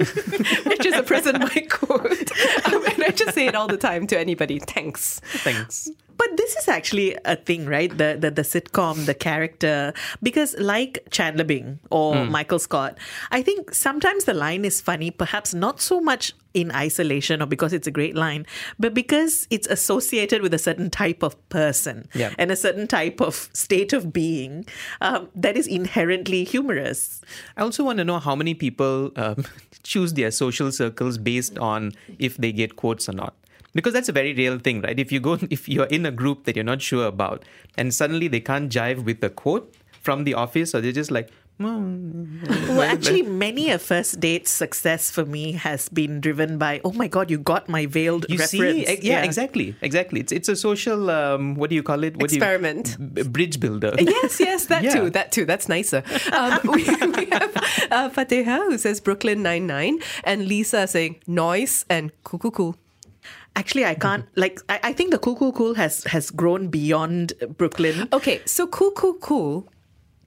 [SPEAKER 4] which is a prison mic quote um, and i just say it all the time to anybody thanks
[SPEAKER 6] Thanks.
[SPEAKER 5] But this this is actually a thing, right? The the, the sitcom, the character, because like Chandler Bing or
[SPEAKER 6] Hmm.
[SPEAKER 16] Mm.
[SPEAKER 5] Michael Scott, I think sometimes the line is funny, perhaps not so much in isolation or because it's a great line, but because it's associated with a certain type of person
[SPEAKER 6] Yeah.
[SPEAKER 5] and a certain type of state of being um, that is inherently humorous.
[SPEAKER 6] I also want to know how many people um, choose their social circles based on if they get quotes or not. Because that's a very real thing, right? If you go, if you're in a group that you're not sure about, and suddenly they can't jive with a quote from the office, or they're just like,
[SPEAKER 5] Well, actually, many a first date success for me has been driven by, oh my God, you got my veiled
[SPEAKER 6] you
[SPEAKER 5] reference.
[SPEAKER 6] see, e- yeah, exactly, exactly. It's it's a social, um, what do you call it? What do you-
[SPEAKER 4] Experiment.
[SPEAKER 6] b- bridge builder.
[SPEAKER 4] yes, yes, that
[SPEAKER 6] Yeah.
[SPEAKER 4] too, that too. That's nicer. Um, we, we have uh, Fateha who says Brooklyn Nine Nine, and Lisa saying noise and cuckoo cool.
[SPEAKER 5] Actually, I can't. Like, I, I think the cuckoo cool has has grown beyond Brooklyn.
[SPEAKER 4] Okay, so cuckoo cool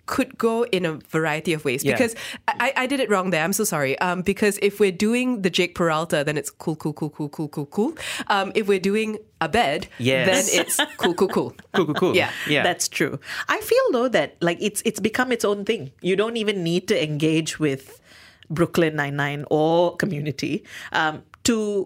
[SPEAKER 4] could go in a variety of ways
[SPEAKER 5] Yeah.
[SPEAKER 4] because I, I I did it wrong there. I'm so sorry. Um, because if we're doing the Jake Peralta, then it's cool, cool, cool, cool, cool, cool, cool. Um, if we're doing a bed,
[SPEAKER 5] Yes.
[SPEAKER 4] then it's cool, cool, cool.
[SPEAKER 6] Cool, cool, cool.
[SPEAKER 4] Yeah.
[SPEAKER 6] Yeah.
[SPEAKER 5] That's true. I feel though that like it's it's become its own thing. You don't even need to engage with Brooklyn Nine Nine or Community um, to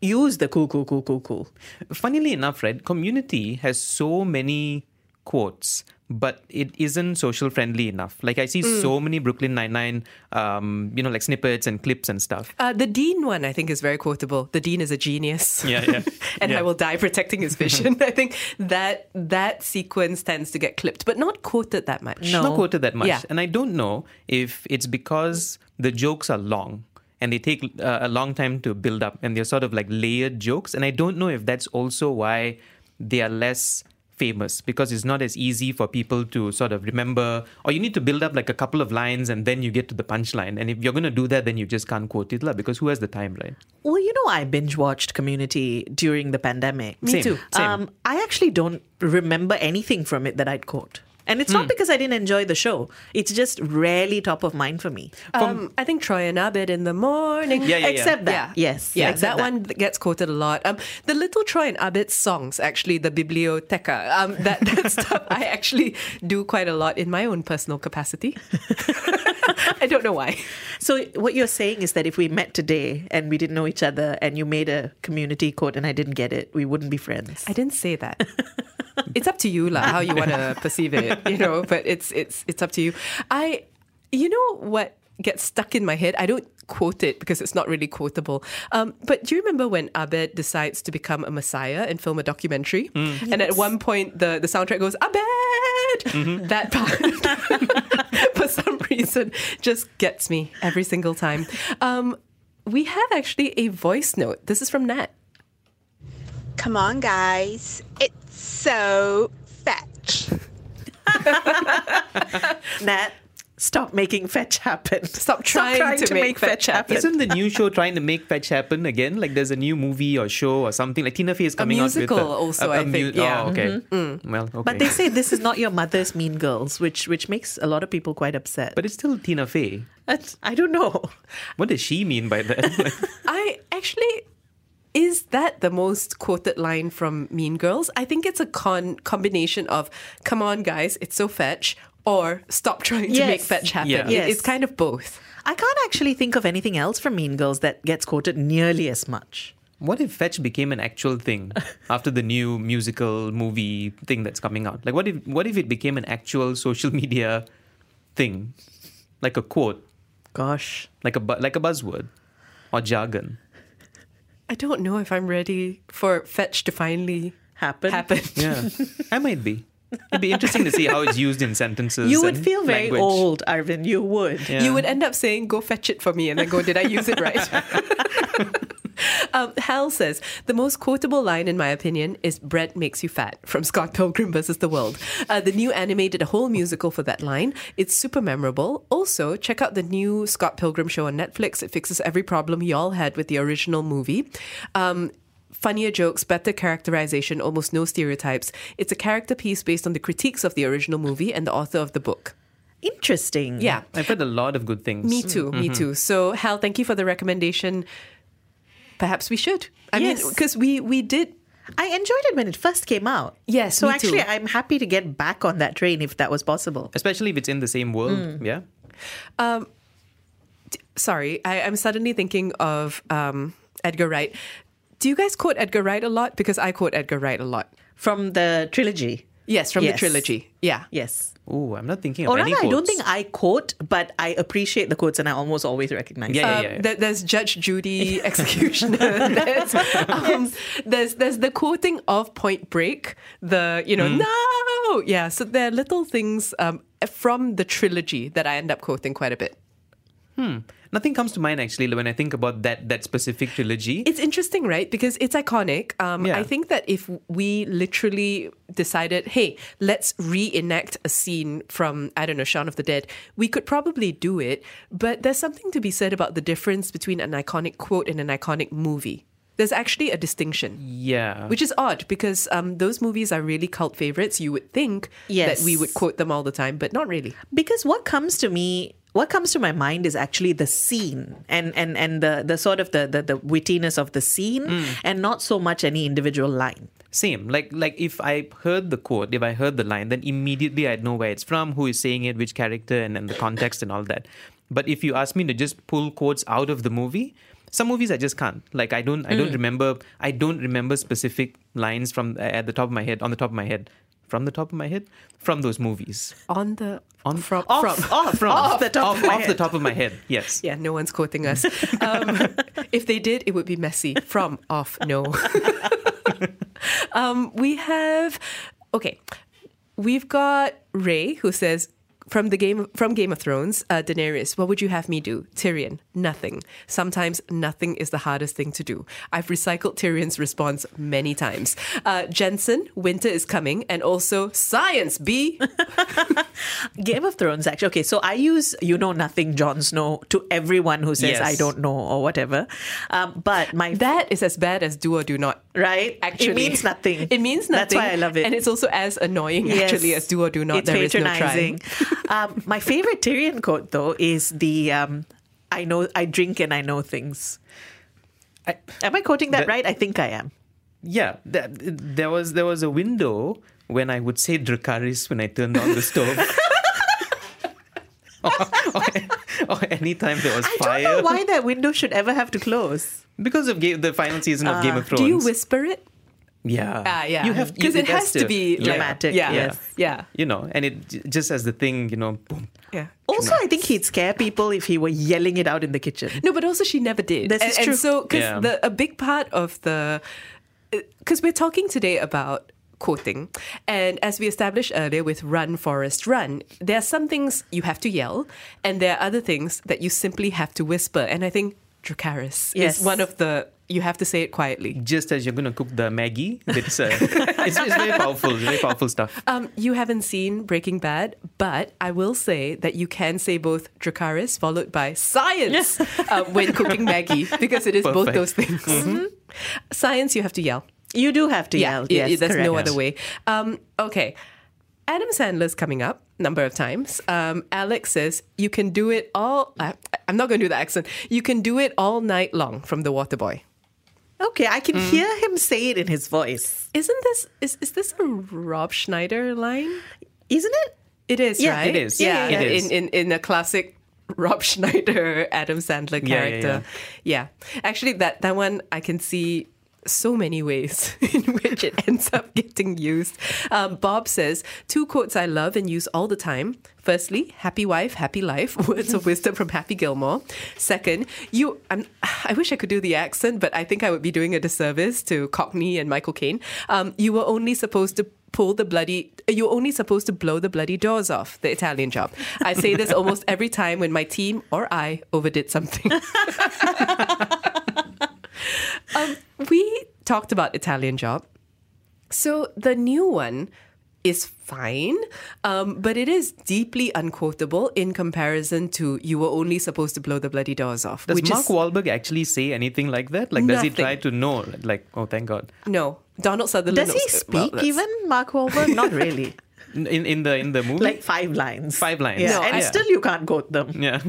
[SPEAKER 5] use the cool, cool, cool, cool, cool.
[SPEAKER 6] Funnily enough, right, community has so many quotes, but it isn't social friendly enough. Like I see
[SPEAKER 4] Mm.
[SPEAKER 6] so many Brooklyn Nine Nine, um, you know, like snippets and clips and stuff.
[SPEAKER 4] Uh, the Dean one, I think, is very quotable. The Dean is a genius.
[SPEAKER 6] Yeah, yeah.
[SPEAKER 4] and
[SPEAKER 6] Yeah.
[SPEAKER 4] I will die protecting his vision. I think that that sequence tends to get clipped, but not quoted that much.
[SPEAKER 6] Not quoted that much,
[SPEAKER 4] Yeah.
[SPEAKER 6] and I don't know if it's because the jokes are long. And they take uh, a long time to build up, and they're sort of like layered jokes. And I don't know if that's also why they are less famous because it's not as easy for people to sort of remember, or you need to build up like a couple of lines and then you get to the punchline. And if you're going to do that, then you just can't quote it lah, because who has the time, right?
[SPEAKER 5] Well, you know, I binge watched Community during the pandemic.
[SPEAKER 6] Me Same, too. same.
[SPEAKER 5] Um, I actually don't remember anything from it that I'd quote. And it's
[SPEAKER 6] Hmm.
[SPEAKER 5] not because I didn't enjoy the show. It's just rarely top of mind for me.
[SPEAKER 4] um, I think Troy and Abed in the morning.
[SPEAKER 5] Yeah, yeah, yeah. Except that. Yes,
[SPEAKER 4] Yeah,
[SPEAKER 5] except
[SPEAKER 4] that, one gets quoted a lot. Um, the little Troy and Abed songs, actually, the Biblioteca, um, that, that stuff I actually do quite a lot in my own personal capacity. I don't know why.
[SPEAKER 5] So what you're saying is that if we met today and we didn't know each other and you made a community quote and I didn't get it, we wouldn't be friends.
[SPEAKER 4] I didn't say that. it's up to you, lah, how you want to perceive it, you know. But it's it's it's up to you. I, you know what gets stuck in my head. I don't quote it because it's not really quotable. Um, but do you remember when Abed decides to become a messiah and film a documentary?
[SPEAKER 11] Mm.
[SPEAKER 4] And at
[SPEAKER 11] Yes. Mm-hmm.
[SPEAKER 4] one point, the the soundtrack goes Abed. That part, for some reason, just gets me every single time. Um, we have actually a voice note. This is from Nat.
[SPEAKER 17] Come on, guys. It's so fetch.
[SPEAKER 5] Nat, stop making fetch happen. Stop
[SPEAKER 4] trying to make fetch happen.
[SPEAKER 6] Isn't the new show trying to make fetch happen again? Like there's a new movie or show or something. Like Tina Fey is coming
[SPEAKER 5] musical
[SPEAKER 6] out with
[SPEAKER 5] also,
[SPEAKER 6] I
[SPEAKER 5] I think, yeah.
[SPEAKER 6] Oh, okay.
[SPEAKER 5] Mhm.
[SPEAKER 6] Well, okay.
[SPEAKER 5] But they say this is not your mother's mean girls, which which makes a lot of people quite upset.
[SPEAKER 6] But it's still Tina Fey.
[SPEAKER 5] That's- I don't know.
[SPEAKER 6] What does she mean by that?
[SPEAKER 4] I actually is that the most quoted line from Mean Girls? I think it's a con- combination of "Come on, guys, it's so fetch" or "Stop trying to make
[SPEAKER 5] Yes.
[SPEAKER 4] fetch happen."
[SPEAKER 5] Yeah.
[SPEAKER 4] It-
[SPEAKER 5] Yes.
[SPEAKER 4] It's kind of both.
[SPEAKER 5] I can't actually think of anything else from Mean Girls that gets quoted nearly as much.
[SPEAKER 6] What if fetch became an actual thing after the new musical movie thing that's coming out? Like what if what if it became an actual social media thing? Like a quote.
[SPEAKER 5] Gosh.
[SPEAKER 6] Like a bu- like a buzzword or jargon.
[SPEAKER 4] I don't know if I'm ready for fetch to finally
[SPEAKER 5] happen.
[SPEAKER 4] Happen.
[SPEAKER 6] Yeah. I might be. It'd be interesting to see how it's used in sentences.
[SPEAKER 4] You would
[SPEAKER 6] and
[SPEAKER 4] feel very
[SPEAKER 6] language.
[SPEAKER 5] old, Arvin. You would.
[SPEAKER 6] Yeah.
[SPEAKER 4] You would end up saying, "Go fetch it for me," and then go, "Did I use it right?" um, Hal says the most quotable line, in my opinion, is "Bread makes you fat" from Scott Pilgrim vs. the World. Uh, the new anime did a whole musical for that line. It's super memorable. Also, check out the new Scott Pilgrim show on Netflix. It fixes every problem y'all had with the original movie. Um, Funnier jokes, better characterization, almost no stereotypes. It's a character piece based on the critiques of the original movie and the author of the book.
[SPEAKER 5] Interesting.
[SPEAKER 4] Yeah.
[SPEAKER 6] I've heard a lot of good things.
[SPEAKER 4] Me too, me
[SPEAKER 6] Mhm.
[SPEAKER 4] too. So, Hal, thank you for the recommendation. Perhaps we should. I mean,
[SPEAKER 5] Yes.
[SPEAKER 4] because we we did
[SPEAKER 5] I enjoyed it when it first came out.
[SPEAKER 4] Yes,
[SPEAKER 5] So
[SPEAKER 4] me too.
[SPEAKER 5] actually, I'm happy to get back on that train if that was possible.
[SPEAKER 6] Especially if it's in the same world.
[SPEAKER 5] Mm.
[SPEAKER 6] Yeah.
[SPEAKER 4] Um, t- sorry, I, I'm suddenly thinking of um, Edgar Wright. Do you guys quote Edgar Wright a lot? Because I quote Edgar Wright a lot
[SPEAKER 5] from the trilogy.
[SPEAKER 4] Yes, from the
[SPEAKER 5] Yes.
[SPEAKER 4] trilogy. Yeah.
[SPEAKER 5] Yes.
[SPEAKER 6] Oh, I'm not thinking of
[SPEAKER 5] Or
[SPEAKER 6] any
[SPEAKER 5] rather, I don't
[SPEAKER 6] quotes.
[SPEAKER 5] think I quote, but I appreciate the quotes and I almost always recognize
[SPEAKER 6] Yeah, yeah,
[SPEAKER 5] them.
[SPEAKER 6] yeah, yeah.
[SPEAKER 4] Um, There- there's Judge Judy executioner. there's, um, there's there's the quoting of Point Break. The you know no yeah. So there are little things um, from the trilogy that I end up quoting quite a bit.
[SPEAKER 6] Hmm. Nothing comes to mind actually when I think about that that specific trilogy.
[SPEAKER 4] It's interesting, right? Because it's iconic. Um,
[SPEAKER 6] Yeah.
[SPEAKER 4] I think that if we literally decided, hey, let's reenact a scene from, I don't know, Shaun of the Dead, we could probably do it. But there's something to be said about the difference between an iconic quote and an iconic movie. There's actually a distinction.
[SPEAKER 6] yeah.
[SPEAKER 4] Which is odd because um, those movies are really cult favorites. You would think
[SPEAKER 5] Yes.
[SPEAKER 4] that we would quote them all the time, but not really.
[SPEAKER 5] because what comes to me what comes to my mind is actually the scene and and and the the sort of the the, the wittiness of the scene
[SPEAKER 4] Mm.
[SPEAKER 5] and not so much any individual line
[SPEAKER 6] Same. Like like if I heard the quote, if I heard the line, then immediately I'd know where it's from, who is saying it, which character, and, and the context and all that. But if you ask me to just pull quotes out of the movie, some movies I just can't. Like I don't I don't
[SPEAKER 5] Mm.
[SPEAKER 4] Hmm.
[SPEAKER 6] remember I don't remember specific lines from at the top of my head, on the top of my head. From the top of my head? From those movies.
[SPEAKER 4] On the.
[SPEAKER 6] On
[SPEAKER 4] from,
[SPEAKER 6] off,
[SPEAKER 4] from,
[SPEAKER 6] off, from
[SPEAKER 4] off the top
[SPEAKER 6] off,
[SPEAKER 4] of my
[SPEAKER 6] off
[SPEAKER 4] head.
[SPEAKER 6] the top of my head. Yes.
[SPEAKER 4] Yeah, no one's quoting us. Um, if they did, it would be messy. From, off, no. um, we have, okay, we've got Ray who says, from the game from Game of Thrones, uh, Daenerys, what would you have me do? Tyrion, nothing. Sometimes nothing is the hardest thing to do. I've recycled Tyrion's response many times. Uh, Jensen, winter is coming, and also science. B.
[SPEAKER 5] game of thrones actually okay so i use you know nothing Jon snow to everyone who says
[SPEAKER 4] Yes.
[SPEAKER 5] i don't know or whatever um, but my
[SPEAKER 4] that is as bad as do or do not
[SPEAKER 5] right
[SPEAKER 4] Actually,
[SPEAKER 5] it means nothing
[SPEAKER 4] It means
[SPEAKER 5] That's
[SPEAKER 4] nothing.
[SPEAKER 5] why I love it.
[SPEAKER 4] and it's also as annoying
[SPEAKER 5] Yes.
[SPEAKER 4] actually as do or do not.
[SPEAKER 5] It's
[SPEAKER 4] There is no trying.
[SPEAKER 5] patronizing. um, my favorite Tyrion quote though is the um, "I know I drink and I know things." I, am I quoting that,
[SPEAKER 6] That-
[SPEAKER 5] right? I think I am.
[SPEAKER 6] Yeah, th- there was there was a window when I would say Dracaris when I turned on the stove. or, or, or anytime there was
[SPEAKER 5] I
[SPEAKER 6] fire.
[SPEAKER 5] don't know why that window should ever have to close.
[SPEAKER 6] Because of game, the final season of Game
[SPEAKER 5] Ah.
[SPEAKER 6] of Thrones.
[SPEAKER 4] Uh, Do you whisper it?
[SPEAKER 6] Yeah.
[SPEAKER 4] Ah, yeah.
[SPEAKER 6] You have
[SPEAKER 4] because
[SPEAKER 6] you-
[SPEAKER 4] it has
[SPEAKER 6] that's
[SPEAKER 4] to be
[SPEAKER 6] yeah.
[SPEAKER 4] dramatic. Yeah, yeah. yeah.
[SPEAKER 6] You know, and it j- just as the thing, you know, boom.
[SPEAKER 5] Also, I think he'd scare people if he were yelling it out in the kitchen.
[SPEAKER 4] No, but also she never did.
[SPEAKER 5] This
[SPEAKER 4] and,
[SPEAKER 5] is
[SPEAKER 4] and
[SPEAKER 5] true.
[SPEAKER 4] so, because
[SPEAKER 5] Yeah.
[SPEAKER 4] a big part of the, because we're talking today about quoting, and as we established earlier with "Run Forest Run," there are some things you have to yell, and there are other things that you simply have to whisper. And I think Dracaris
[SPEAKER 6] Yes.
[SPEAKER 4] is one of the you have to say it quietly.
[SPEAKER 6] Just as you're gonna cook the Maggie, it's, uh, it's, it's very powerful, very powerful stuff.
[SPEAKER 4] Um, you haven't seen Breaking Bad, but I will say that you can say both Dracaris followed by science uh, when cooking Maggie because it is both
[SPEAKER 5] Perfect.
[SPEAKER 4] those things. Mm-hmm. Science, you have to yell.
[SPEAKER 5] You do have to Mm-hmm. yell.
[SPEAKER 4] i-
[SPEAKER 5] Yes,
[SPEAKER 4] i- there's no
[SPEAKER 5] correct.
[SPEAKER 4] other way. Um, okay. Adam Sandler's coming up number of times. Um, Alex says, "You can do it all." I, I'm not going to do the accent. You can do it all night long from The Waterboy.
[SPEAKER 5] Okay, I can
[SPEAKER 4] Mm.
[SPEAKER 5] hear him say it in his voice.
[SPEAKER 4] Isn't this is is this a Rob Schneider line?
[SPEAKER 5] Isn't it?
[SPEAKER 4] It is,
[SPEAKER 5] Yeah,
[SPEAKER 4] right?
[SPEAKER 5] it is.
[SPEAKER 4] Yeah,
[SPEAKER 5] Yeah, yeah, yeah. It is.
[SPEAKER 4] In, in in a classic Rob Schneider Adam Sandler
[SPEAKER 5] Yeah, yeah,
[SPEAKER 4] character. Yeah, Actually that that one I can see so many ways in which it ends up getting used. Um, Bob says, two quotes I love and use all the time. Firstly, happy wife, happy life, words of wisdom from Happy Gilmore. Second, you, I'm, I wish I could do the accent, but I think I would be doing a disservice to Cockney and Michael Caine. Um, you were only supposed to pull the bloody you're only supposed to blow the bloody doors off the italian job i say this almost every time when my team or i overdid something um, we talked about italian job so the new one is fine, um, but it is deeply unquotable in comparison to "You were only supposed to blow the bloody doors off."
[SPEAKER 6] Does
[SPEAKER 4] which
[SPEAKER 6] Mark
[SPEAKER 4] is,
[SPEAKER 6] Wahlberg actually say anything like that? Like, does he
[SPEAKER 4] Nothing.
[SPEAKER 6] try to know? Like, oh, thank God.
[SPEAKER 4] no Donald Sutherland?
[SPEAKER 5] Does he
[SPEAKER 4] knows- well,
[SPEAKER 5] speak
[SPEAKER 4] that's-
[SPEAKER 5] even Mark Wahlberg? Not really.
[SPEAKER 6] In in the in the movie,
[SPEAKER 5] like Hmm? five lines.
[SPEAKER 6] five lines.
[SPEAKER 5] Yeah, and still you can't quote them.
[SPEAKER 6] Yeah.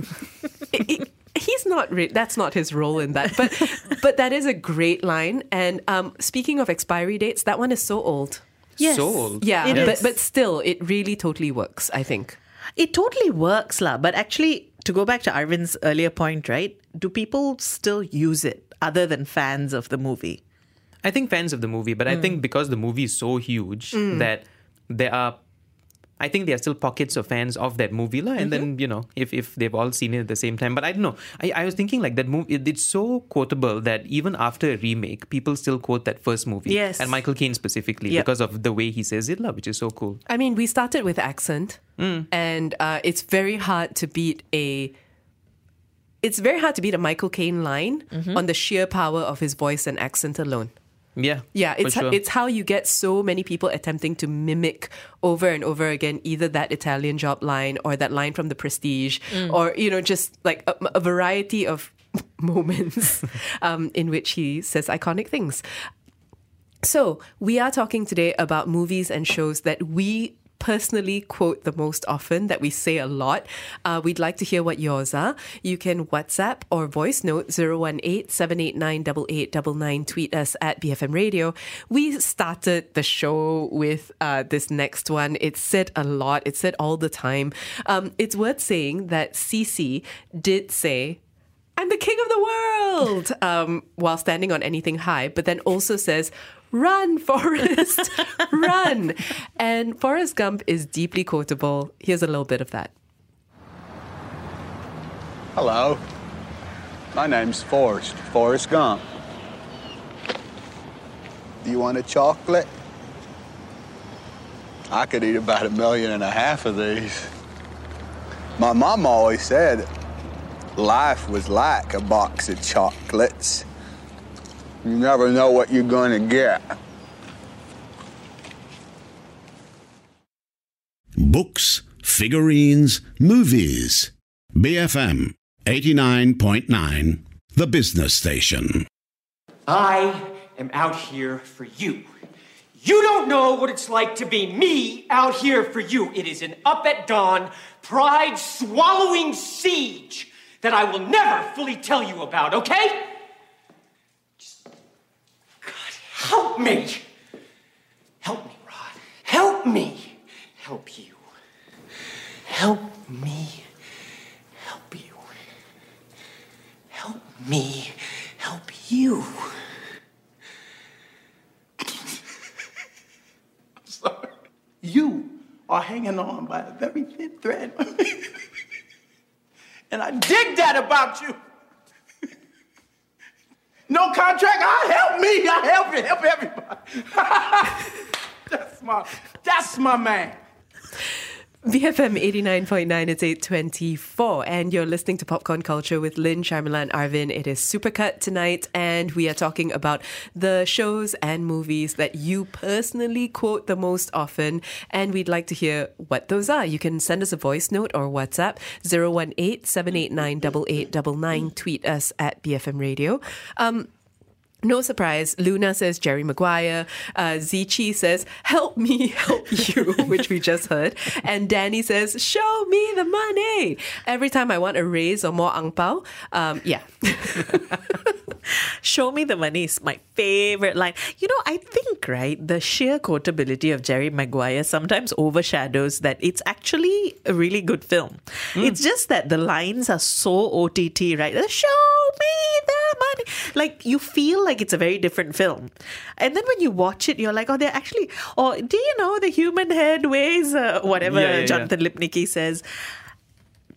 [SPEAKER 4] he's not re- that's not his role in that, but but that is a great line. And um, speaking of expiry dates, that one is so old.
[SPEAKER 6] Yes. So old.
[SPEAKER 4] Yeah,
[SPEAKER 6] It
[SPEAKER 4] but
[SPEAKER 6] is.
[SPEAKER 4] but still, it really totally works. I think.
[SPEAKER 5] It totally works, lah. But actually, to go back to Arvin's earlier point, right? Do people still use it other than fans of the movie?
[SPEAKER 6] I think fans of the movie, but I
[SPEAKER 5] Mm.
[SPEAKER 6] think because the movie is so huge
[SPEAKER 5] Mm.
[SPEAKER 6] that there are, I think there are still pockets of fans of that movie, lah. And then you know, if if they've all seen it at the same time, but I don't know. I, I was thinking like that movie. It, it's so quotable that even after a remake, people still quote that first movie.
[SPEAKER 4] Yes.
[SPEAKER 6] and Michael Caine specifically
[SPEAKER 4] Yep.
[SPEAKER 6] because of the way he says it, lah, which is so cool.
[SPEAKER 4] I mean, we started with accent,
[SPEAKER 6] Mm.
[SPEAKER 4] and uh, it's very hard to beat a. It's very hard to beat a Michael Caine line
[SPEAKER 6] Mm-hmm.
[SPEAKER 4] on the sheer power of his voice and accent alone.
[SPEAKER 6] Yeah,
[SPEAKER 4] Yeah,
[SPEAKER 6] for
[SPEAKER 4] it's
[SPEAKER 6] sure.
[SPEAKER 4] it's how you get so many people attempting to mimic over and over again either that Italian job line or that line from The Prestige,
[SPEAKER 11] Mm.
[SPEAKER 4] or you know just like a, a variety of moments um, in which he says iconic things. So we are talking today about movies and shows that we personally quote the most often that we say a lot uh, we'd like to hear what yours are you can whatsapp or voice note 018-789-8899 tweet us at bfm radio we started the show with uh, this next one it's said a lot it's said all the time um, it's worth saying that cc did say I'm the king of the world um, while standing on anything high, but then also says, Run, Forrest, run. And Forrest Gump is deeply quotable. Here's a little bit of that.
[SPEAKER 16] Hello. My name's Forrest, Forrest Gump. Do you want a chocolate? I could eat about a million and a half of these. My mom always said life was like a box of chocolates. You never know what you're gonna get.
[SPEAKER 8] Books, figurines, movies. BFM 89.9, the business station.
[SPEAKER 18] I am out here for you. You don't know what it's like to be me out here for you. It is an up at dawn, pride swallowing siege that I will never fully tell you about, okay? Just, God, help me. Help me, Rod. Help me. Help you. Help me. Help you. Help me. Help you.
[SPEAKER 19] You are hanging on by a very thin thread. and I dig that about you. no contract, I help me, I help you, help everybody. that's my that's my man.
[SPEAKER 4] BFM 89.9, it's 824, and you're listening to Popcorn Culture with Lynn, Shyamalan, Arvin. It is Supercut tonight, and we are talking about the shows and movies that you personally quote the most often, and we'd like to hear what those are. You can send us a voice note or WhatsApp, 018-789-8899, tweet us at BFM Radio. Um, no surprise, Luna says Jerry Maguire. Uh, Zichi says, Help me, help you, which we just heard. And Danny says, Show me the money. Every time I want a raise or more ang pao. Um, yeah.
[SPEAKER 5] Show me the money is my favorite line. You know, I think, right, the sheer quotability of Jerry Maguire sometimes overshadows that it's actually a really good film.
[SPEAKER 4] Hmm.
[SPEAKER 5] It's just that the lines are so OTT, right? The show me the money. Like, you feel like it's a very different film. And then when you watch it, you're like, oh, they're actually, or do you know the human head weighs, uh, whatever
[SPEAKER 4] Yeah, yeah, yeah.
[SPEAKER 5] Jonathan Lipnicki says.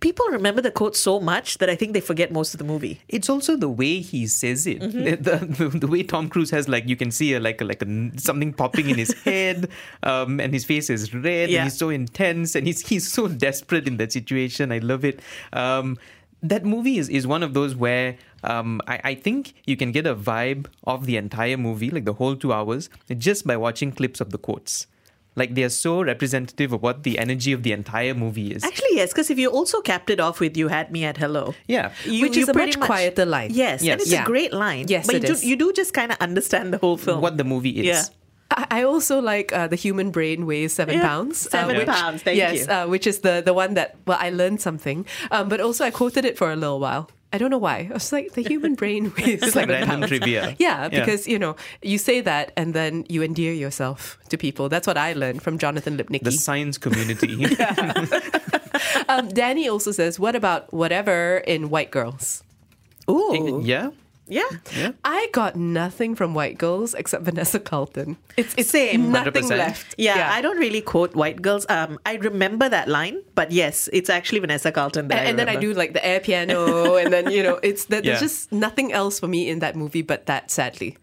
[SPEAKER 5] People remember the quote so much that I think they forget most of the movie.
[SPEAKER 6] It's also the way he says it.
[SPEAKER 5] Mhm.
[SPEAKER 6] The, the, the way Tom Cruise has like you can see a, like a, like a, something popping in his head, um, and his face is red.
[SPEAKER 5] Yeah.
[SPEAKER 6] And he's so intense, and he's he's so desperate in that situation. I love it. Um, that movie is, is one of those where um, I, I think you can get a vibe of the entire movie, like the whole two hours, just by watching clips of the quotes. Like they are so representative of what the energy of the entire movie is.
[SPEAKER 5] Actually, yes, because if you also capped it off with "You had me at hello,"
[SPEAKER 6] Yeah.
[SPEAKER 5] you,
[SPEAKER 6] Which
[SPEAKER 5] you
[SPEAKER 6] is a
[SPEAKER 5] pretty
[SPEAKER 6] much
[SPEAKER 5] much-
[SPEAKER 6] quieter line.
[SPEAKER 5] Yes,
[SPEAKER 6] Yes.
[SPEAKER 5] and it's
[SPEAKER 6] Yeah.
[SPEAKER 5] a great line.
[SPEAKER 4] Yes,
[SPEAKER 5] but
[SPEAKER 4] it
[SPEAKER 5] you do
[SPEAKER 4] is.
[SPEAKER 5] you do just kind of understand the whole film.
[SPEAKER 6] What the movie is.
[SPEAKER 5] Yeah.
[SPEAKER 4] I I also like uh, the human brain weighs seven
[SPEAKER 5] Yeah,
[SPEAKER 4] pounds. uh,
[SPEAKER 5] seven pounds, thank
[SPEAKER 4] yes,
[SPEAKER 5] you.
[SPEAKER 4] uh, which is the the one that well, I learned something, um, but also I quoted it for a little while. I don't know why. I was like, the human brain weighs
[SPEAKER 6] Just like
[SPEAKER 4] seven
[SPEAKER 6] random
[SPEAKER 4] pounds.
[SPEAKER 6] trivia.
[SPEAKER 4] Yeah,
[SPEAKER 6] Yeah.
[SPEAKER 4] because you know, you say that and then you endear yourself to people. That's what I learned from Jonathan Lipnicki.
[SPEAKER 6] The science community.
[SPEAKER 4] um, Danny also says, "What about whatever in White Girls?" Ooh,
[SPEAKER 6] yeah.
[SPEAKER 5] Yeah.
[SPEAKER 4] I got nothing from White Girls except Vanessa Carlton. It's it's
[SPEAKER 5] Same.
[SPEAKER 4] nothing left.
[SPEAKER 5] Yeah, I don't really quote white girls. Um, I remember that line, but yes, it's actually Vanessa
[SPEAKER 4] And,
[SPEAKER 5] Carlton that
[SPEAKER 4] and then I do
[SPEAKER 5] remember.
[SPEAKER 4] like the air piano, and then you know, it's that there's
[SPEAKER 6] Yeah.
[SPEAKER 4] just nothing else for me in that movie but that. Sadly,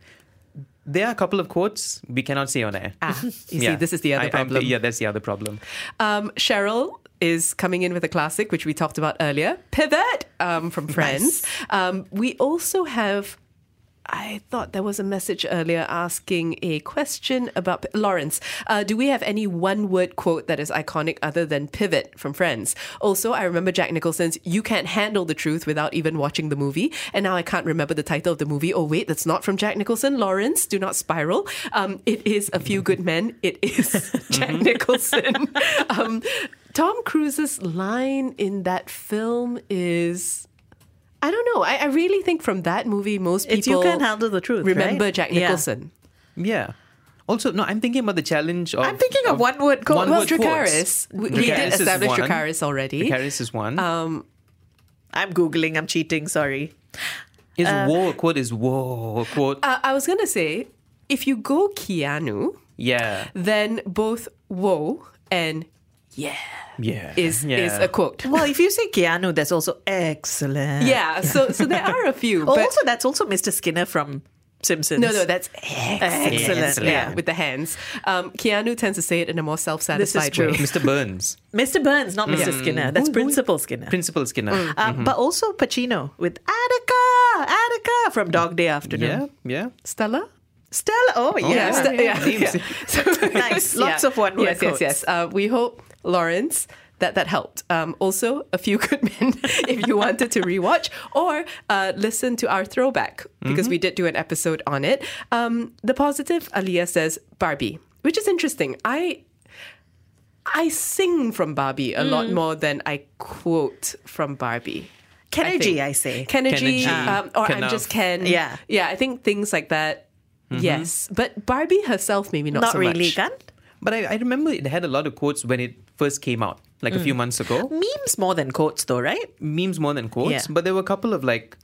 [SPEAKER 6] There are a couple of quotes we cannot say on air. Ah, you
[SPEAKER 4] see, this is the other problem.
[SPEAKER 6] yeah, that's the other problem.
[SPEAKER 4] um, Cheryl is coming in with a classic, which we talked about earlier, Pivot um, from Friends. Um, we also have. I thought there was a message earlier asking a question about Lawrence. Uh, do we have any one word quote that is iconic other than pivot from Friends? Also, I remember Jack Nicholson's You Can't Handle the Truth Without Even Watching the Movie. And now I can't remember the title of the movie. Oh, wait, that's not from Jack Nicholson. Lawrence, do not spiral. Um, it is A Few Good Men. It is Jack Nicholson. um, Tom Cruise's line in that film is. I don't know. I, I really think from that movie, most people
[SPEAKER 5] It's You Can't Handle the Truth,
[SPEAKER 4] Remember
[SPEAKER 5] right?
[SPEAKER 4] Jack
[SPEAKER 5] Yeah.
[SPEAKER 4] Nicholson.
[SPEAKER 6] Yeah. Also, no, I'm thinking about the challenge of. I'm
[SPEAKER 5] thinking of one-word quotes.
[SPEAKER 6] One
[SPEAKER 4] well,
[SPEAKER 6] word
[SPEAKER 4] Dracarys.
[SPEAKER 6] quotes.
[SPEAKER 4] We, we
[SPEAKER 6] Dracarys
[SPEAKER 4] did
[SPEAKER 6] is
[SPEAKER 4] establish
[SPEAKER 6] one.
[SPEAKER 4] Dracarys already.
[SPEAKER 6] Dracarys is one.
[SPEAKER 4] Um,
[SPEAKER 5] I'm googling. I'm cheating. Sorry.
[SPEAKER 6] is
[SPEAKER 4] uh,
[SPEAKER 6] whoa quote is whoa quote.
[SPEAKER 4] uh, I was gonna say, if you go Keanu,
[SPEAKER 6] yeah.
[SPEAKER 4] then both "whoa" and "yeah"
[SPEAKER 6] Yeah.
[SPEAKER 4] is is a quote.
[SPEAKER 5] Well, if you say Keanu, that's also excellent.
[SPEAKER 4] Yeah, so- so there are a few,
[SPEAKER 5] Oh,
[SPEAKER 4] but-
[SPEAKER 5] also, that's also Mr. Skinner from Simpsons.
[SPEAKER 4] No, no, that's excellent.
[SPEAKER 5] Excellent,
[SPEAKER 4] Yeah,
[SPEAKER 5] yeah.
[SPEAKER 4] with the hands. Um, Keanu tends to say it in a more self-satisfied way.
[SPEAKER 6] Mr. Burns.
[SPEAKER 5] Mr. Burns, not Mr.
[SPEAKER 6] Mm.
[SPEAKER 5] Skinner. That's Principal Skinner.
[SPEAKER 6] Principal Skinner.
[SPEAKER 5] Uh,
[SPEAKER 4] Mm. Mm-hmm.
[SPEAKER 5] But also Pacino with Attica, Attica from Dog Day Afternoon.
[SPEAKER 6] yeah, yeah.
[SPEAKER 4] Stella.
[SPEAKER 5] Stella. Oh,
[SPEAKER 4] Oh,
[SPEAKER 5] yeah.
[SPEAKER 4] yeah.
[SPEAKER 5] Ste-
[SPEAKER 4] yeah,
[SPEAKER 5] yeah.
[SPEAKER 4] yeah. So-
[SPEAKER 5] Nice. Lots of one-word
[SPEAKER 4] Yes, yes,
[SPEAKER 5] quotes.
[SPEAKER 4] yes. Uh, we hope Lawrence that that helped. Um, also, a few good men if you wanted to rewatch or uh, listen to our throwback because
[SPEAKER 5] Mm-hmm.
[SPEAKER 4] we did do an episode on it. Um, the positive Aliyah says Barbie, which is interesting. I. I sing from Barbie a lot
[SPEAKER 5] Mm.
[SPEAKER 4] more than I quote from Barbie.
[SPEAKER 5] Kenergy,
[SPEAKER 4] think.
[SPEAKER 5] I say.
[SPEAKER 4] Kenergy,
[SPEAKER 5] Kenergy,
[SPEAKER 4] um, or I'm
[SPEAKER 5] Kenuff.
[SPEAKER 4] just Ken.
[SPEAKER 5] Yeah.
[SPEAKER 4] yeah. I think things like that.
[SPEAKER 6] Mhm.
[SPEAKER 4] Yes, but Barbie herself maybe not, so much.
[SPEAKER 6] But I, I remember it had a lot of quotes when it first came out, like a few
[SPEAKER 4] Mm.
[SPEAKER 6] months ago.
[SPEAKER 5] Memes more than quotes, though, right?
[SPEAKER 6] Memes more than quotes.
[SPEAKER 5] Yeah.
[SPEAKER 6] But there were a couple of like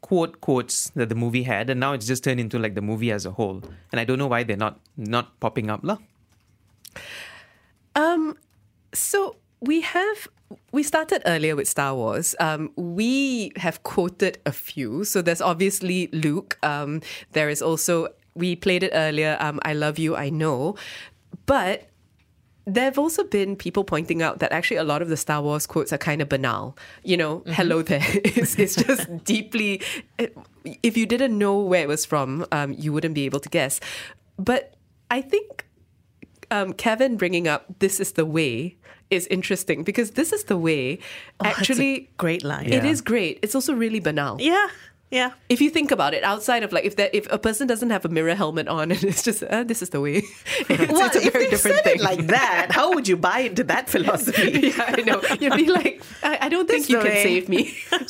[SPEAKER 6] quote quotes that the movie had, and now it's just turned into like the movie as a whole. And I don't know why they're not not popping up, lah.
[SPEAKER 4] Um, so we have we started earlier with Star Wars. Um, we have quoted a few. So there's obviously Luke. Um, there is also we played it earlier. Um, I love you. I know, but. There have also been people pointing out that actually a lot of the Star Wars quotes are kind of banal. You know,
[SPEAKER 5] Mm-hmm.
[SPEAKER 4] hello there. It's, it's just deeply. If you didn't know where it was from, um, you wouldn't be able to guess. But I think um, Kevin bringing up "This is the way" is interesting because "This is the way"
[SPEAKER 5] it's Oh, a
[SPEAKER 4] actually
[SPEAKER 5] great line.
[SPEAKER 4] It
[SPEAKER 5] Yeah.
[SPEAKER 4] is great. It's also really banal.
[SPEAKER 5] Yeah, yeah.
[SPEAKER 4] If you think about it, outside of like if that if a person doesn't have a mirror helmet on and it's just uh, "This is the way," it's,
[SPEAKER 5] well,
[SPEAKER 4] it's a
[SPEAKER 5] if
[SPEAKER 4] very
[SPEAKER 5] they
[SPEAKER 4] different
[SPEAKER 5] said
[SPEAKER 4] thing.
[SPEAKER 5] it like that, how would you buy into that philosophy?
[SPEAKER 4] yeah, I know. You'd be like, I, I don't think eh?"
[SPEAKER 5] This
[SPEAKER 4] you
[SPEAKER 5] the
[SPEAKER 4] can
[SPEAKER 5] way.
[SPEAKER 4] save me.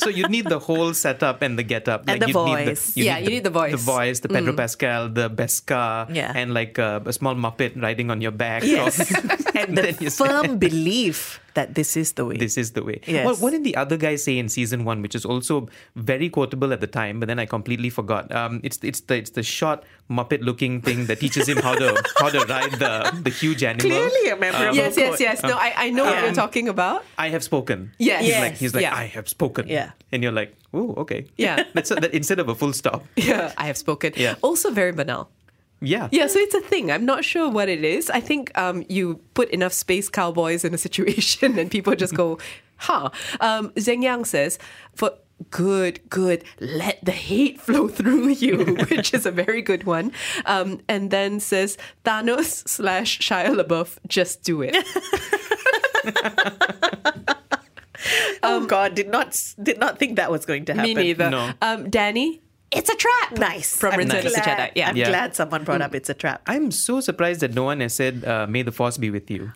[SPEAKER 6] so you'd need the whole setup and the get up.
[SPEAKER 4] And the voice. Yeah, you need the voice.
[SPEAKER 6] The voice, the Pedro
[SPEAKER 4] Mm.
[SPEAKER 6] Pascal, the Besca,
[SPEAKER 5] Yeah.
[SPEAKER 6] and like uh, a small Muppet riding on your back.
[SPEAKER 5] Yes.
[SPEAKER 6] and then you say,
[SPEAKER 5] Firm belief that this is the way.
[SPEAKER 6] this is the way.
[SPEAKER 5] Yes.
[SPEAKER 6] What, what did the other guy say in season one, which is also very quotable at the time, but then I completely forgot. Um, it's it's the it's the short Muppet looking thing that teaches him how to how to ride the the huge animal.
[SPEAKER 5] Clearly a memorable
[SPEAKER 4] yes, yes,
[SPEAKER 5] quote.
[SPEAKER 4] yes. No,
[SPEAKER 6] Um,
[SPEAKER 4] I, I know what you're
[SPEAKER 6] um,
[SPEAKER 4] talking about.
[SPEAKER 6] I have spoken.
[SPEAKER 4] Yes.
[SPEAKER 6] He's like,
[SPEAKER 4] Yes.
[SPEAKER 6] he's like
[SPEAKER 4] Yeah.
[SPEAKER 6] I have spoken.
[SPEAKER 4] Yeah.
[SPEAKER 6] And you're like, oh, okay.
[SPEAKER 4] Yeah.
[SPEAKER 6] That's a, that instead of a full stop.
[SPEAKER 4] Yeah, I have spoken.
[SPEAKER 6] Yeah.
[SPEAKER 4] Also very banal.
[SPEAKER 6] Yeah.
[SPEAKER 4] Yeah, so it's a thing. I'm not sure what it is. I think um, you put enough space cowboys in a situation and people just go, huh. Um, Zheng Yang says, for good, good, let the hate flow through you, which is a very good one. Um, and then says, Thanos slash Shia LaBeouf, just do it.
[SPEAKER 5] oh God, did not did not think that was going to happen.
[SPEAKER 4] Me neither. Um, Danny, it's a trap. Nice. From
[SPEAKER 5] I'm
[SPEAKER 4] Return of the
[SPEAKER 5] glad-
[SPEAKER 4] Jedi. Yeah. Mm.
[SPEAKER 5] I'm glad someone brought up it's a trap.
[SPEAKER 6] I'm so surprised that no one has said, uh, May the Force be with you,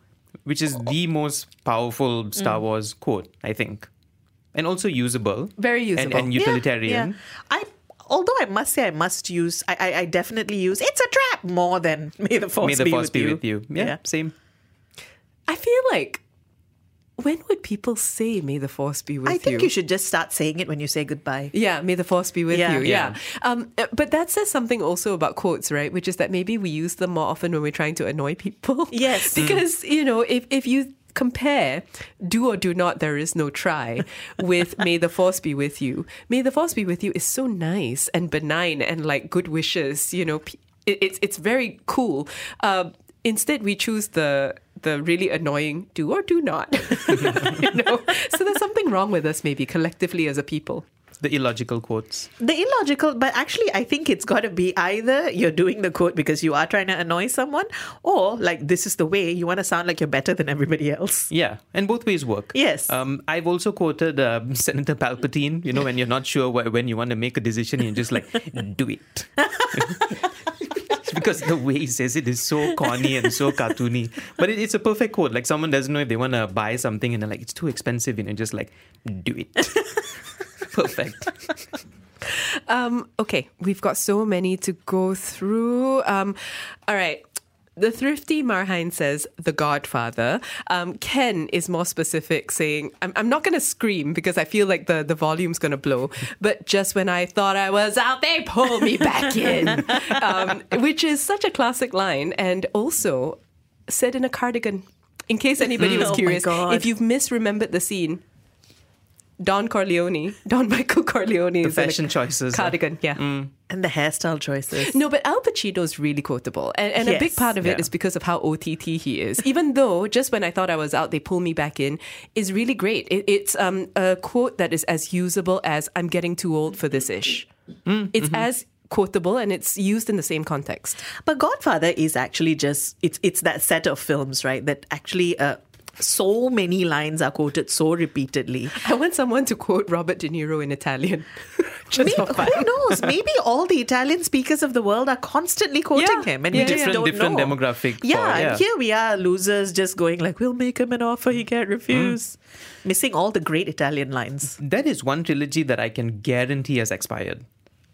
[SPEAKER 6] which is the most powerful Star
[SPEAKER 5] Mm.
[SPEAKER 6] Wars quote, I think. and also usable,
[SPEAKER 5] very
[SPEAKER 6] And-
[SPEAKER 5] usable
[SPEAKER 6] and utilitarian.
[SPEAKER 5] Yeah, yeah. I although I must say I must use I I, I definitely use it's a trap more than may the force
[SPEAKER 6] May the
[SPEAKER 5] be,
[SPEAKER 6] force
[SPEAKER 5] with,
[SPEAKER 6] be
[SPEAKER 5] you.
[SPEAKER 6] with you. Yeah, same.
[SPEAKER 4] I feel like when would people say "May the force be with
[SPEAKER 5] I
[SPEAKER 4] you"?
[SPEAKER 5] think you. should just start saying it when you say goodbye.
[SPEAKER 4] Yeah, may the force be with
[SPEAKER 5] Yeah.
[SPEAKER 4] you.
[SPEAKER 5] Yeah.
[SPEAKER 4] Yeah. Um, uh, but that says something also about quotes, right? Which is that maybe we use them more often when we're trying to annoy people.
[SPEAKER 5] Yes. Mm.
[SPEAKER 4] because, you know, if, if you compare do or do not, there is no try with may the force be with you, may the force be with you is so nice and benign and like good wishes, you know, p- it, it's, it's very cool. Um, instead, we choose the the really annoying do or do not. you know? So there's something wrong with us maybe collectively as a people.
[SPEAKER 6] The illogical quotes.
[SPEAKER 5] The illogical, but actually, I think it's got to be either you're doing the quote because you are trying to annoy someone, or like this is the way you want to sound like you're better than everybody else.
[SPEAKER 6] Yeah, and both ways work.
[SPEAKER 5] Yes.
[SPEAKER 6] Um, I've also quoted um, Senator Palpatine, you know, when you're not sure wh- when you want to make a decision, you're just like, do it. because the way he says it is so corny and so cartoony. But it, it's a perfect quote. Like, someone doesn't know if they want to buy something and they're like, it's too expensive, and you're just like, do it. perfect.
[SPEAKER 4] Um, okay, we've got so many to go through. Um, all right. The thrifty Marhine says The Godfather. Um, Ken is more specific, saying, I'm, I'm not going to scream because I feel like the, the volume's going to blow, but just when I thought I was out, they pulled me back in, um, which is such a classic line and also said in a cardigan. In case anybody
[SPEAKER 5] Mm.
[SPEAKER 4] was
[SPEAKER 5] Oh my
[SPEAKER 4] curious,
[SPEAKER 5] God.
[SPEAKER 4] if you've misremembered the scene, Don Corleone, Don Michael Corleone
[SPEAKER 6] The
[SPEAKER 4] is in a
[SPEAKER 6] fashion choices.
[SPEAKER 4] Cardigan, yeah.
[SPEAKER 5] And the hairstyle choices.
[SPEAKER 4] No, but Al Pacino's really quotable. And, and a big
[SPEAKER 5] Yes.
[SPEAKER 4] part of it
[SPEAKER 5] Yeah.
[SPEAKER 4] is because of how OTT he is. Even though, just when I thought I was out, they pull me back in, is really great. It, it's um, a quote that is as usable as I'm getting too old for this ish.
[SPEAKER 5] Mm,
[SPEAKER 4] It's
[SPEAKER 5] mm-hmm.
[SPEAKER 4] as quotable and it's used in the same context.
[SPEAKER 5] But Godfather is actually just it's it's that set of films, right? That actually uh, so many lines are quoted so repeatedly.
[SPEAKER 4] I want someone to quote Robert De Niro in Italian. Just
[SPEAKER 5] Maybe,
[SPEAKER 4] for fun.
[SPEAKER 5] who knows? Maybe all the Italian speakers of the world are constantly quoting
[SPEAKER 4] Yeah.
[SPEAKER 5] him, and we
[SPEAKER 4] Yeah,
[SPEAKER 5] just
[SPEAKER 6] different
[SPEAKER 5] don't
[SPEAKER 6] different
[SPEAKER 5] know.
[SPEAKER 6] demographic. for-
[SPEAKER 5] Yeah, and here we are, losers, just going like, "We'll make him an offer he can't refuse," missing all the great Italian lines.
[SPEAKER 6] That is one trilogy that I can guarantee has expired.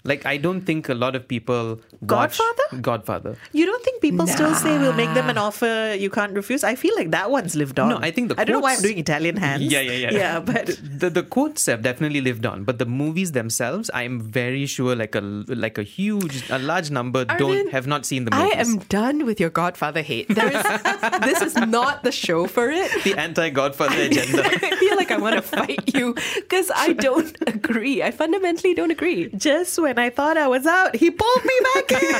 [SPEAKER 6] Like, I don't think a lot of people. watch
[SPEAKER 5] Godfather?
[SPEAKER 6] Godfather.
[SPEAKER 5] You don't think people still say we'll make them an offer you can't refuse? I feel like that one's lived on.
[SPEAKER 6] No, I think the
[SPEAKER 5] I don't know why I'm
[SPEAKER 6] quotes-
[SPEAKER 5] doing Italian hands.
[SPEAKER 6] Yeah, yeah, yeah.
[SPEAKER 5] Yeah, but
[SPEAKER 6] the, the quotes have definitely lived on, but the movies themselves, I am very sure, like a like a huge, a large number don't
[SPEAKER 4] Arvind,
[SPEAKER 6] have not seen the
[SPEAKER 4] I
[SPEAKER 6] movies.
[SPEAKER 4] am done with your Godfather hate. There is, this is not the show for it.
[SPEAKER 6] the anti-Godfather agenda.
[SPEAKER 4] I feel like I want to fight you because I don't agree. I fundamentally don't agree.
[SPEAKER 5] just when I thought I was out, he pulled me back in.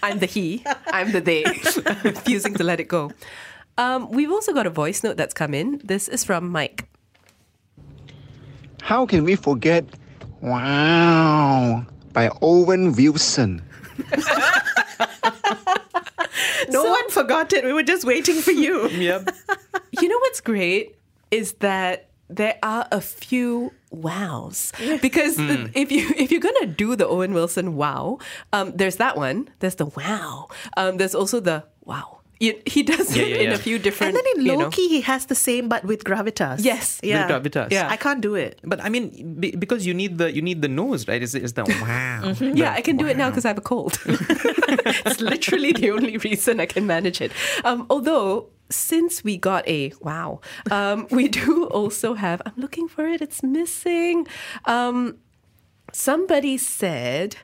[SPEAKER 4] I'm the he, I'm the they, refusing to let it go. Um, we've also got a voice note that's come in. This is from Mike.
[SPEAKER 10] How can we forget
[SPEAKER 8] Ah.
[SPEAKER 10] Wow by Owen Wilson?
[SPEAKER 5] No one forgot it. We were just waiting for you.
[SPEAKER 6] Yep.
[SPEAKER 4] You know what's great is that there are a few wows because
[SPEAKER 11] Mm.
[SPEAKER 4] if you if you're gonna do the Owen Wilson wow, um, there's that one. There's the wow. Um, there's also the wow. You- He does
[SPEAKER 6] Yeah,
[SPEAKER 4] it
[SPEAKER 6] yeah,
[SPEAKER 4] in
[SPEAKER 6] yeah.
[SPEAKER 4] a few different.
[SPEAKER 5] And then in
[SPEAKER 4] you
[SPEAKER 5] Loki,
[SPEAKER 4] know-
[SPEAKER 5] he has the same, but with gravitas. Yes. Yeah.
[SPEAKER 6] With gravitas.
[SPEAKER 5] Yeah. I can't do it.
[SPEAKER 6] But I mean, be, because you need the you need the nose, right? It's, it's the wow.
[SPEAKER 4] Mm-hmm. Yeah, I can do it now because I have a cold. it's literally the only reason I can manage it. Um, although, since we got a wow, um, we do also have, I'm looking for it, it's missing. Um, somebody said,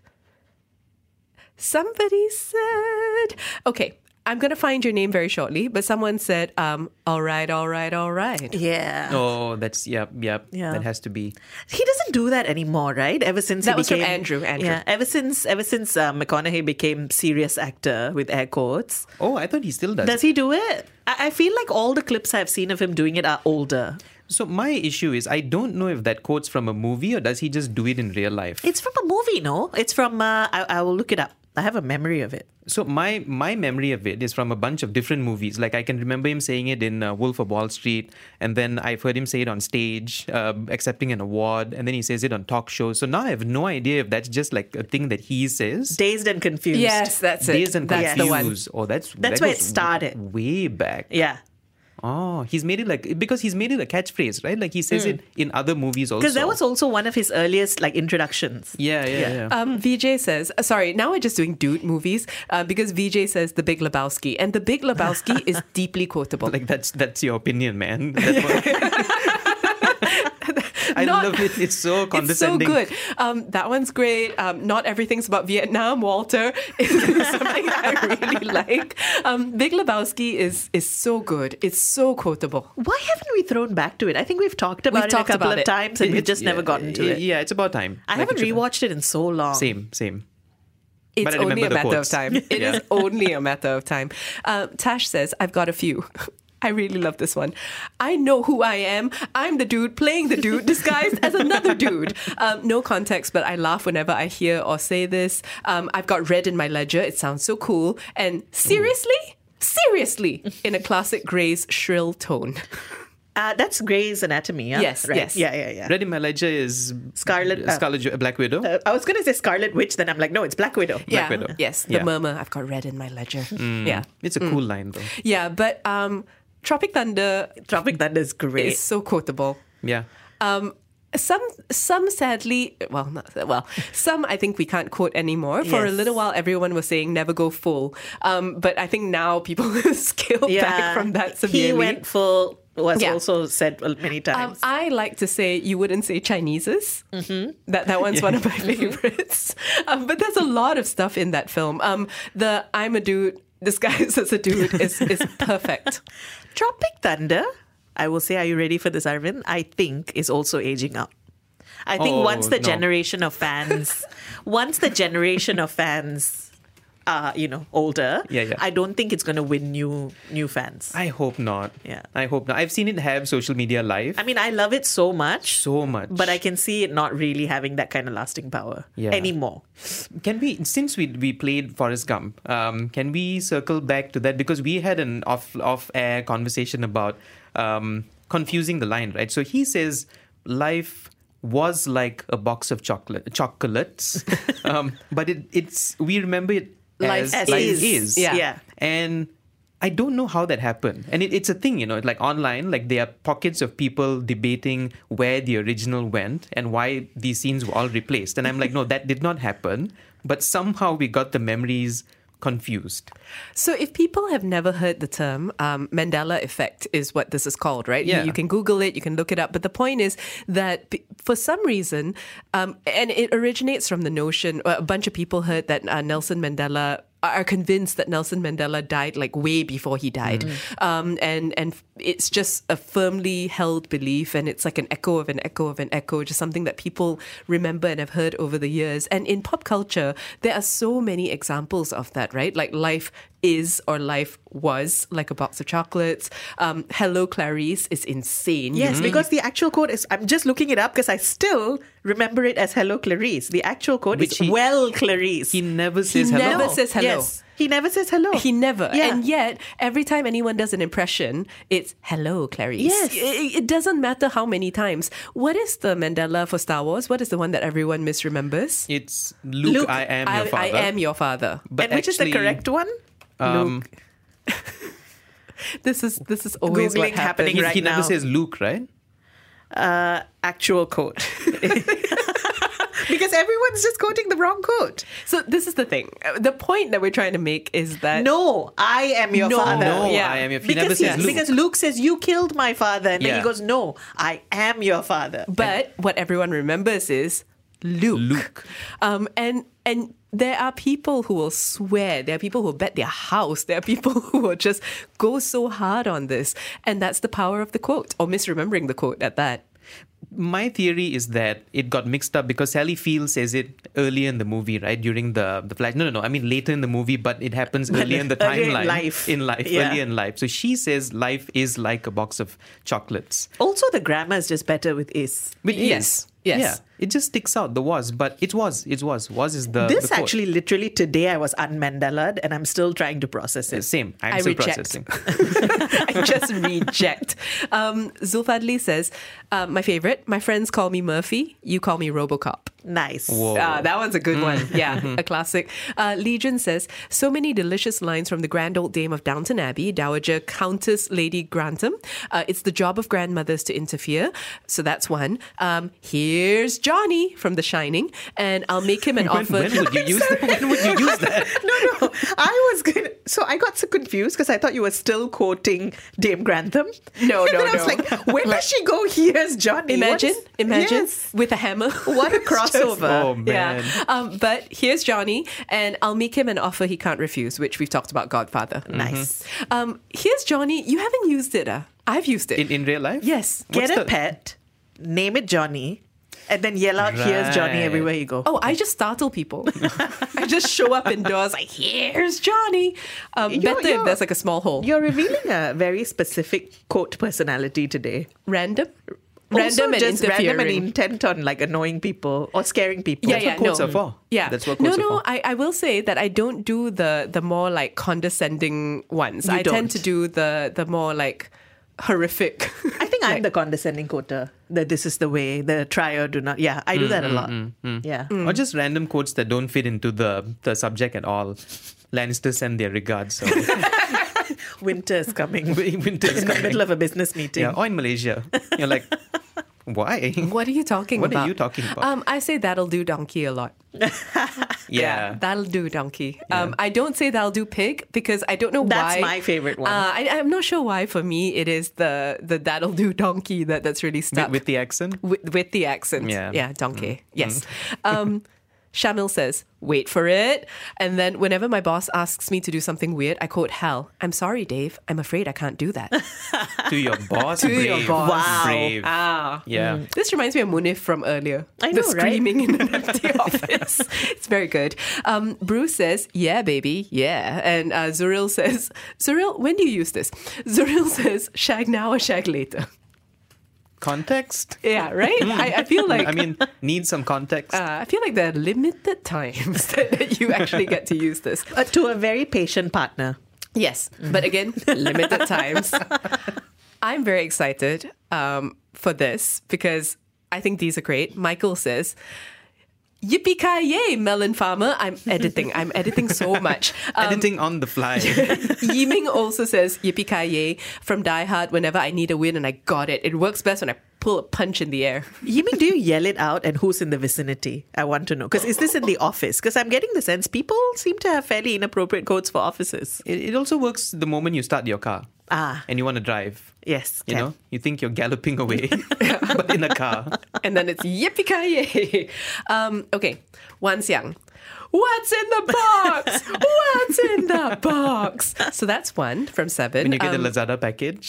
[SPEAKER 4] somebody said, okay. I'm going to find your name very shortly, but someone said, um, all right, all right, all right.
[SPEAKER 5] Yeah.
[SPEAKER 6] Oh, that's yep, yep.
[SPEAKER 5] Yeah.
[SPEAKER 6] That has to be.
[SPEAKER 5] He doesn't do that anymore, right? Ever since
[SPEAKER 4] That
[SPEAKER 5] he
[SPEAKER 4] was from
[SPEAKER 5] became
[SPEAKER 4] Andrew, Andrew.
[SPEAKER 5] Yeah. Ever since ever since uh, McConaughey became serious actor with air quotes.
[SPEAKER 6] Oh, I thought he still does.
[SPEAKER 5] Does he do it? I, I feel like all the clips I've seen of him doing it are older.
[SPEAKER 6] So my issue is I don't know if that quote's from a movie or does he just do it in real life.
[SPEAKER 5] It's from a movie, no? It's from. Uh, I, I will look it up. I have a memory of it.
[SPEAKER 6] So my my memory of it is from a bunch of different movies. Like I can remember him saying it in uh, Wolf of Wall Street, and then I've heard him say it on stage, um, accepting an award, and then he says it on talk shows. So now I have no idea if that's just like a thing that he says.
[SPEAKER 5] Dazed and confused.
[SPEAKER 4] Yes, that's it.
[SPEAKER 6] Dazed and
[SPEAKER 4] That's the one.
[SPEAKER 6] confused. Oh, that's
[SPEAKER 5] That's
[SPEAKER 6] that
[SPEAKER 5] where it
[SPEAKER 6] goes
[SPEAKER 5] started.
[SPEAKER 6] Way back.
[SPEAKER 5] Yeah.
[SPEAKER 6] Oh, he's made it like because he's made it a catchphrase, right? Like he says
[SPEAKER 5] Mm.
[SPEAKER 6] it in other movies also.
[SPEAKER 5] Because that was also one of his earliest like introductions.
[SPEAKER 6] yeah, yeah, yeah.
[SPEAKER 4] Um, VJ says, uh, sorry, now we're just doing dude movies uh, because VJ says The Big Lebowski. And The Big Lebowski is deeply quotable.
[SPEAKER 6] like that's that's your opinion, man. That's what- I
[SPEAKER 4] Not-
[SPEAKER 6] love it. It's so
[SPEAKER 4] It's so
[SPEAKER 6] condescending.
[SPEAKER 4] good. Um, that one's great. Um, Not Everything's About Vietnam, Walter, is something I really like. Um, Big Lebowski is, is so good. It's so quotable.
[SPEAKER 5] Why haven't we thrown back to it? I think we've talked about
[SPEAKER 4] We've
[SPEAKER 5] it
[SPEAKER 4] talked
[SPEAKER 5] a couple
[SPEAKER 4] about
[SPEAKER 5] of
[SPEAKER 4] it.
[SPEAKER 5] times and we've
[SPEAKER 6] It's-
[SPEAKER 5] just never gotten to
[SPEAKER 6] yeah,
[SPEAKER 5] it.
[SPEAKER 6] Yeah, it's about time.
[SPEAKER 5] I
[SPEAKER 6] Like,
[SPEAKER 5] haven't
[SPEAKER 6] it should-
[SPEAKER 5] rewatched it in so long.
[SPEAKER 6] Same, same. But
[SPEAKER 4] It's
[SPEAKER 6] I
[SPEAKER 4] only
[SPEAKER 6] remember
[SPEAKER 4] a
[SPEAKER 6] the
[SPEAKER 4] matter
[SPEAKER 6] quotes.
[SPEAKER 4] of time. It is
[SPEAKER 6] Yeah.
[SPEAKER 4] only a matter of time. Uh, Tash says, I've got a few. I really love this one. I know who I am. I'm the dude playing the dude disguised as another dude. Um, no context, but I laugh whenever I hear or say this. Um, I've got red in my ledger. It sounds so cool. And seriously? Seriously? In a classic Grey's shrill tone.
[SPEAKER 5] Uh, that's Grey's Anatomy. Yeah?
[SPEAKER 4] Yes,
[SPEAKER 5] Right.
[SPEAKER 4] yes.
[SPEAKER 5] Yeah, yeah, yeah.
[SPEAKER 6] Red in my ledger is
[SPEAKER 5] Scarlet. uh,
[SPEAKER 6] Scarlet Jo- Black Widow.
[SPEAKER 5] uh, I was going to say Scarlet Witch, then I'm like, no, it's Black Widow.
[SPEAKER 4] yeah.
[SPEAKER 6] Widow.
[SPEAKER 4] Yes. The
[SPEAKER 6] Yeah.
[SPEAKER 4] murmur. I've got red in my ledger.
[SPEAKER 6] Mm.
[SPEAKER 4] Yeah.
[SPEAKER 6] it's a
[SPEAKER 4] Mm.
[SPEAKER 6] cool line though.
[SPEAKER 4] Yeah, but um, Tropic Thunder.
[SPEAKER 5] Tropic Thunder is great.
[SPEAKER 4] It's so quotable.
[SPEAKER 6] Yeah.
[SPEAKER 4] Um, some, some sadly, well, not well, some I think we can't quote anymore. For a
[SPEAKER 5] Yes.
[SPEAKER 4] little while, everyone was saying never go full, um, but I think now people have scaled back from that severely.
[SPEAKER 5] He went full, was
[SPEAKER 4] Yeah.
[SPEAKER 5] also said many
[SPEAKER 4] um,
[SPEAKER 5] times.
[SPEAKER 4] I like to say you wouldn't say Chineses. Mm-hmm. That that one's one of my
[SPEAKER 5] Mm-hmm.
[SPEAKER 4] favorites. Um, but there's a lot of stuff in that film. Um, the I'm a dude disguised as a dude is is perfect.
[SPEAKER 5] Tropic Thunder, I will say, are you ready for this, Arvind? I think is also aging out. I think
[SPEAKER 6] Oh,
[SPEAKER 5] once the
[SPEAKER 6] no.
[SPEAKER 5] generation of fans, once the generation of fans are, you know, older,
[SPEAKER 6] Yeah, yeah.
[SPEAKER 5] I don't think it's going to win new new fans.
[SPEAKER 6] I hope not.
[SPEAKER 5] Yeah.
[SPEAKER 6] I hope not. I've seen it have social media live.
[SPEAKER 5] I mean, I love it so much,
[SPEAKER 6] so much.
[SPEAKER 5] but I can see it not really having that kind of lasting power
[SPEAKER 6] Yeah.
[SPEAKER 5] anymore.
[SPEAKER 6] Can we, since we we played Forrest Gump, um, can we circle back to that because we had an off off air conversation about um, confusing the line, right? So he says life was like a box of chocolate chocolates, um, but it, it's we remember it
[SPEAKER 5] Life
[SPEAKER 6] as
[SPEAKER 5] as is.
[SPEAKER 6] life is,
[SPEAKER 5] Yeah. Yeah.
[SPEAKER 6] and. I don't know how that happened. And it, it's a thing, you know, like online, like there are pockets of people debating where the original went and why these scenes were all replaced. And I'm like, no, that did not happen. But somehow we got the memories confused.
[SPEAKER 4] So, if people have never heard the term, um, Mandela effect is what this is called, right? You-
[SPEAKER 6] Yeah.
[SPEAKER 4] You can Google it, you can look it up. But the point is that p- for some reason, um, and it originates from the notion, uh, a bunch of people heard that uh, Nelson Mandela are convinced that Nelson Mandela died like way before he died. Um, and, and it's just a firmly held belief, and it's like an echo of an echo of an echo, just something that people remember and have heard over the years. And in pop culture, there are so many examples of that, right? Like life is or life was like a box of chocolates. Um, Hello, Clarice is insane.
[SPEAKER 5] Yes,
[SPEAKER 4] You-
[SPEAKER 5] because the actual quote is I'm just looking it up because I still remember it as Hello Clarice. The actual quote
[SPEAKER 6] Which
[SPEAKER 5] is
[SPEAKER 6] he-
[SPEAKER 5] Well Clarice.
[SPEAKER 6] He never says
[SPEAKER 4] he
[SPEAKER 6] hello.
[SPEAKER 4] never says hello.
[SPEAKER 5] Yes. He never says hello.
[SPEAKER 4] He never.
[SPEAKER 5] Yeah.
[SPEAKER 4] And yet, every time anyone does an impression, it's hello, Clarice.
[SPEAKER 5] Yes.
[SPEAKER 4] It, it doesn't matter how many times. What is the Mandela for Star Wars? What is the one that everyone misremembers?
[SPEAKER 6] It's Luke, I am your father.
[SPEAKER 4] I am your father.
[SPEAKER 6] But
[SPEAKER 5] and which is the
[SPEAKER 6] actually,
[SPEAKER 5] correct one?
[SPEAKER 6] Um,
[SPEAKER 4] This is this is always what
[SPEAKER 5] Googling
[SPEAKER 4] happens.
[SPEAKER 5] happening
[SPEAKER 6] he,
[SPEAKER 5] right
[SPEAKER 6] he
[SPEAKER 5] now.
[SPEAKER 6] never says Luke, right?
[SPEAKER 5] Uh, actual quote. because everyone's just quoting the wrong quote.
[SPEAKER 4] So this is the thing. Uh, The point that we're trying to make is that
[SPEAKER 5] No, I am your
[SPEAKER 4] No.
[SPEAKER 5] father.
[SPEAKER 6] No,
[SPEAKER 4] yeah.
[SPEAKER 6] I am your. He
[SPEAKER 5] because,
[SPEAKER 6] never says
[SPEAKER 5] he-
[SPEAKER 6] Luke.
[SPEAKER 5] because Luke says, You killed my father. And then he
[SPEAKER 6] Yeah.
[SPEAKER 5] goes, No, I am your father.
[SPEAKER 4] But what everyone remembers is Luke.
[SPEAKER 6] Luke.
[SPEAKER 4] Um, and and there are people who will swear. There are people who will bet their house. There are people who will just go so hard on this. And that's the power of the quote, or misremembering the quote at that.
[SPEAKER 6] my theory is that it got mixed up because Sally Field says it earlier in the movie, right? During the the flash. No, no, no. I mean later in the movie, but it happens earlier in the
[SPEAKER 5] earlier in
[SPEAKER 6] timeline.
[SPEAKER 5] life.
[SPEAKER 6] In life,
[SPEAKER 5] Yeah.
[SPEAKER 6] earlier in life. So she says life is like a box of chocolates.
[SPEAKER 5] also, the grammar is just better with is.
[SPEAKER 6] Which
[SPEAKER 4] Yes.
[SPEAKER 6] is-
[SPEAKER 4] Yes.
[SPEAKER 6] Yeah. It just sticks out the was, but it was. It was. Was is the
[SPEAKER 5] this
[SPEAKER 6] the quote.
[SPEAKER 5] actually, literally today, I was unmandalad and I'm still trying to process it.
[SPEAKER 6] same. I'm
[SPEAKER 4] I
[SPEAKER 6] still
[SPEAKER 4] reject.
[SPEAKER 6] processing.
[SPEAKER 4] I just reject. Um, Zulfadli says, uh, my favorite, my friends call me Murphy, you call me Robocop. Nice.
[SPEAKER 6] Whoa.
[SPEAKER 4] Uh, that one's a good one. Yeah, a classic. Uh, Legion says so many delicious lines from the grand old dame of Downton Abbey, Dowager Countess Lady Grantham. Uh, it's the job of grandmothers to interfere. So that's one. Um, here's Johnny from The Shining, and I'll make him an
[SPEAKER 6] When-
[SPEAKER 4] offer.
[SPEAKER 6] when would you use that? When would you use that?
[SPEAKER 5] no, no. I was going to. So I got so confused because I thought you were still quoting Dame Grantham.
[SPEAKER 4] No,
[SPEAKER 5] and
[SPEAKER 4] no,
[SPEAKER 5] then I was
[SPEAKER 4] no.
[SPEAKER 5] like, where does she go? Here's Johnny. What
[SPEAKER 4] Imagine,
[SPEAKER 5] is-
[SPEAKER 4] imagine
[SPEAKER 5] Yes.
[SPEAKER 4] with a hammer. What
[SPEAKER 5] a crossover. Oh, man.
[SPEAKER 4] Yeah. Um, but here's Johnny, and I'll make him an offer he can't refuse, which we've talked about Godfather.
[SPEAKER 5] Nice.
[SPEAKER 4] Um, here's Johnny. You haven't used it, uh. I've used it.
[SPEAKER 6] In, in real life?
[SPEAKER 4] Yes.
[SPEAKER 5] Get
[SPEAKER 6] What's
[SPEAKER 5] a
[SPEAKER 6] the-
[SPEAKER 5] pet, name it Johnny, and then yell out, here's Johnny
[SPEAKER 6] Right.
[SPEAKER 5] everywhere you go.
[SPEAKER 4] Oh, I just startle people. I just show up indoors like, here's Johnny. Um,
[SPEAKER 5] You're-
[SPEAKER 4] better if
[SPEAKER 5] you're-
[SPEAKER 4] there's like a small hole.
[SPEAKER 5] You're revealing a very specific quote personality today.
[SPEAKER 4] Random?
[SPEAKER 5] Also
[SPEAKER 4] Random and
[SPEAKER 5] just random and
[SPEAKER 4] interfering.
[SPEAKER 5] intent on like annoying people or scaring people.
[SPEAKER 4] Yeah, yeah, no. Yeah,
[SPEAKER 6] That's what
[SPEAKER 4] No,
[SPEAKER 6] quotes are
[SPEAKER 4] no,
[SPEAKER 6] for.
[SPEAKER 4] I, I will say that I don't do the the more like condescending ones.
[SPEAKER 5] You
[SPEAKER 4] I tend
[SPEAKER 5] don't.
[SPEAKER 4] to do the the more like horrific.
[SPEAKER 5] I think I'm the condescending quota. That this is the way the trier do not. Yeah,
[SPEAKER 6] Mm,
[SPEAKER 5] I do that a lot. Yeah.
[SPEAKER 6] Or just random quotes that don't fit into the, the subject at all. Lannisters send their regards. So
[SPEAKER 5] Winter is coming.
[SPEAKER 6] Winter is
[SPEAKER 5] in the
[SPEAKER 6] coming.
[SPEAKER 5] middle of a business meeting.
[SPEAKER 6] yeah, or in Malaysia, you're like, why?
[SPEAKER 4] What are you talking
[SPEAKER 6] What are
[SPEAKER 4] about?
[SPEAKER 6] you talking about?
[SPEAKER 4] Um, I say that'll do donkey a lot.
[SPEAKER 6] yeah.
[SPEAKER 4] That'll do donkey. Um, I don't say that'll do pig because I don't know
[SPEAKER 5] That's
[SPEAKER 4] why.
[SPEAKER 5] my favorite one.
[SPEAKER 4] Uh, I, I'm not sure why. For me, it is the the that'll do donkey that that's really
[SPEAKER 6] With,
[SPEAKER 4] stuck
[SPEAKER 6] with the accent.
[SPEAKER 4] with, with the accent.
[SPEAKER 6] Yeah.
[SPEAKER 4] donkey. Yes. Um, Shamil says, wait for it. And then whenever my boss asks me to do something weird, I quote, hell, I'm sorry, Dave. I'm afraid I can't do that.
[SPEAKER 6] To your boss.
[SPEAKER 4] To
[SPEAKER 6] brave.
[SPEAKER 4] your boss. Wow.
[SPEAKER 6] Brave.
[SPEAKER 4] Ah.
[SPEAKER 6] Yeah.
[SPEAKER 4] This reminds me of Munif from earlier.
[SPEAKER 5] I
[SPEAKER 4] the
[SPEAKER 5] know, right?
[SPEAKER 4] screaming in an empty office. It's very good. Um, Bruce says, "Yeah, baby, yeah," and uh, Zuril says, "Zuril, when do you use this?" Zuril says, "Shag now or shag later."
[SPEAKER 6] Context. Mm.
[SPEAKER 4] Yeah, right. I, I feel like
[SPEAKER 6] I mean, need some context.
[SPEAKER 4] uh, I feel like there are limited times that, that you actually get to use this.
[SPEAKER 5] Uh, to a very patient partner.
[SPEAKER 4] Yes, but again, limited times. I'm very excited um, for this because I think these are great. Michael says, Yippee ki yay, melon farmer. I'm editing. I'm editing so much. Um,
[SPEAKER 6] Editing on the fly.
[SPEAKER 4] Yiming also says, Yippee ki yay from Die Hard whenever I need a win and I got it. It works best when I pull a punch in the air.
[SPEAKER 5] You mean do you yell it out and who's in the vicinity? I want to know. Because is this in the office? Because I'm getting the sense people seem to have fairly inappropriate codes for offices.
[SPEAKER 6] It, it also works the moment you start your car
[SPEAKER 5] Ah,
[SPEAKER 6] and you want to drive.
[SPEAKER 5] yes.
[SPEAKER 6] You
[SPEAKER 5] can.
[SPEAKER 6] know, you think you're galloping away, but in a car.
[SPEAKER 4] and then it's yippee ki Um, okay, Wan Xiang. What's in the box? What's in the box? So that's one from seven.
[SPEAKER 6] When you get
[SPEAKER 4] Um,
[SPEAKER 6] the Lazada package,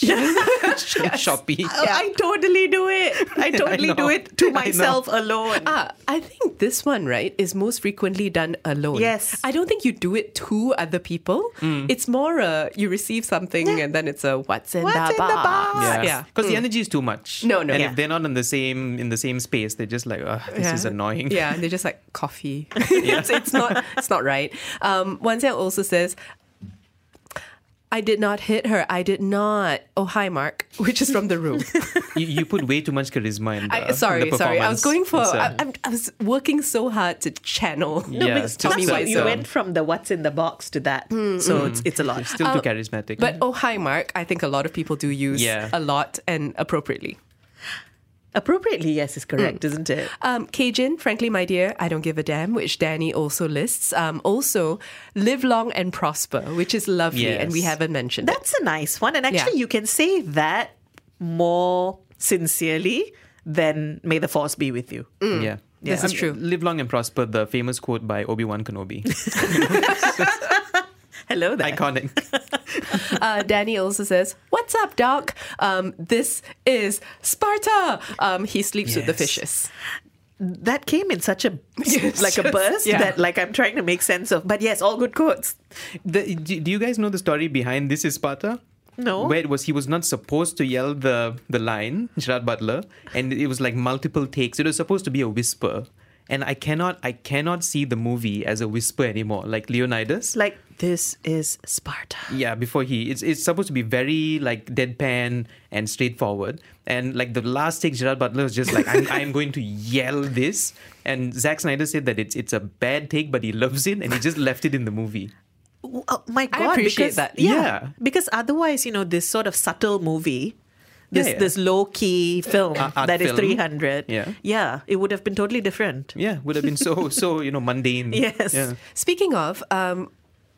[SPEAKER 6] Shopee.
[SPEAKER 5] Oh, I totally do it. I totally do
[SPEAKER 6] know.
[SPEAKER 5] it to
[SPEAKER 6] I know.
[SPEAKER 5] myself alone.
[SPEAKER 4] Ah, I think this one, right, is most frequently done alone.
[SPEAKER 5] Yes. Mm.
[SPEAKER 4] I don't think you do it to other people. It's more uh, you receive something and then it's a what's in,
[SPEAKER 5] What's
[SPEAKER 4] the,
[SPEAKER 5] in the
[SPEAKER 4] box?
[SPEAKER 5] box?
[SPEAKER 6] Yeah,
[SPEAKER 4] Yeah. Mm.
[SPEAKER 6] because the energy is too much.
[SPEAKER 4] No, no.
[SPEAKER 6] and
[SPEAKER 4] Yeah.
[SPEAKER 6] if they're not in the same in the same space, they're just like, Ugh, this is annoying.
[SPEAKER 4] Yeah, and they're just like coffee. it's, it's not it's not right. Um Wan Xiao also says I did not hit her. I did not. Oh, hi, Mark, which is from the room.
[SPEAKER 6] you, you put way too much charisma in the,
[SPEAKER 4] I,
[SPEAKER 6] in
[SPEAKER 4] sorry,
[SPEAKER 6] the
[SPEAKER 4] sorry. I was
[SPEAKER 6] performance.
[SPEAKER 4] going for.
[SPEAKER 6] It's, uh,
[SPEAKER 4] I, I'm- I was working so hard to channel.
[SPEAKER 6] No, Yeah, but it's
[SPEAKER 4] Tommy
[SPEAKER 6] just
[SPEAKER 5] So
[SPEAKER 6] Right,
[SPEAKER 5] you
[SPEAKER 6] so-
[SPEAKER 4] Wiseau.
[SPEAKER 5] went from the what's in the box to that. So it's, it's a lot.
[SPEAKER 6] still too charismatic.
[SPEAKER 4] uh, But oh, hi, Mark. I think a lot of people do use
[SPEAKER 6] Yeah.
[SPEAKER 4] a lot and appropriately.
[SPEAKER 5] Appropriately, yes, is correct,
[SPEAKER 6] Hmm.
[SPEAKER 5] isn't it?
[SPEAKER 4] Um, Cajun, frankly, my dear, I don't give a damn, which Danny also lists. Um, also, live long and prosper, which is lovely, and we
[SPEAKER 6] Yes.
[SPEAKER 4] haven't mentioned it.
[SPEAKER 5] That's a nice one. And actually,
[SPEAKER 4] Yeah.
[SPEAKER 5] you can say that more sincerely than may the force be with you.
[SPEAKER 6] yeah.
[SPEAKER 4] mm, This is true.
[SPEAKER 6] Live long and prosper, the famous quote by Obi Wan Kenobi.
[SPEAKER 5] Hello there.
[SPEAKER 6] Iconic.
[SPEAKER 4] Uh, Danny also says, "What's up, Doc? Um, this is Sparta." Um, he sleeps with the
[SPEAKER 5] Yes.
[SPEAKER 4] fishes.
[SPEAKER 5] That came in such a
[SPEAKER 4] Yes,
[SPEAKER 5] like a
[SPEAKER 4] yes,
[SPEAKER 5] burst
[SPEAKER 4] yeah.
[SPEAKER 5] that like I'm trying to make sense of. But yes, all good quotes.
[SPEAKER 6] The, do do you guys know the story behind this is Sparta?
[SPEAKER 5] No.
[SPEAKER 6] Where it was he was not supposed to yell the the line, Gerard Butler, and it was like multiple takes. It was supposed to be a whisper. And I cannot I cannot see the movie as a whisper anymore. Like Leonidas.
[SPEAKER 5] Like This is Sparta.
[SPEAKER 6] Yeah, before he, it's it's supposed to be very like deadpan and straightforward. And like the last take, Gerard Butler was just like, I'm, I'm going to yell this. And Zack Snyder said that it's it's a bad take, but he loves it, and he just left it in the movie.
[SPEAKER 5] W- oh, my
[SPEAKER 4] I
[SPEAKER 5] God,
[SPEAKER 4] appreciate
[SPEAKER 5] because,
[SPEAKER 4] that.
[SPEAKER 5] Yeah,
[SPEAKER 6] Yeah.
[SPEAKER 5] because otherwise, you know, this sort of subtle movie, this
[SPEAKER 6] Yeah, yeah.
[SPEAKER 5] this low key film
[SPEAKER 6] Uh, art
[SPEAKER 5] that is
[SPEAKER 6] film.
[SPEAKER 5] three hundred.
[SPEAKER 6] Yeah.
[SPEAKER 5] yeah, it would have been totally different.
[SPEAKER 6] Yeah, would have been so so you know mundane.
[SPEAKER 5] Yes.
[SPEAKER 6] Yeah.
[SPEAKER 4] Speaking of, um,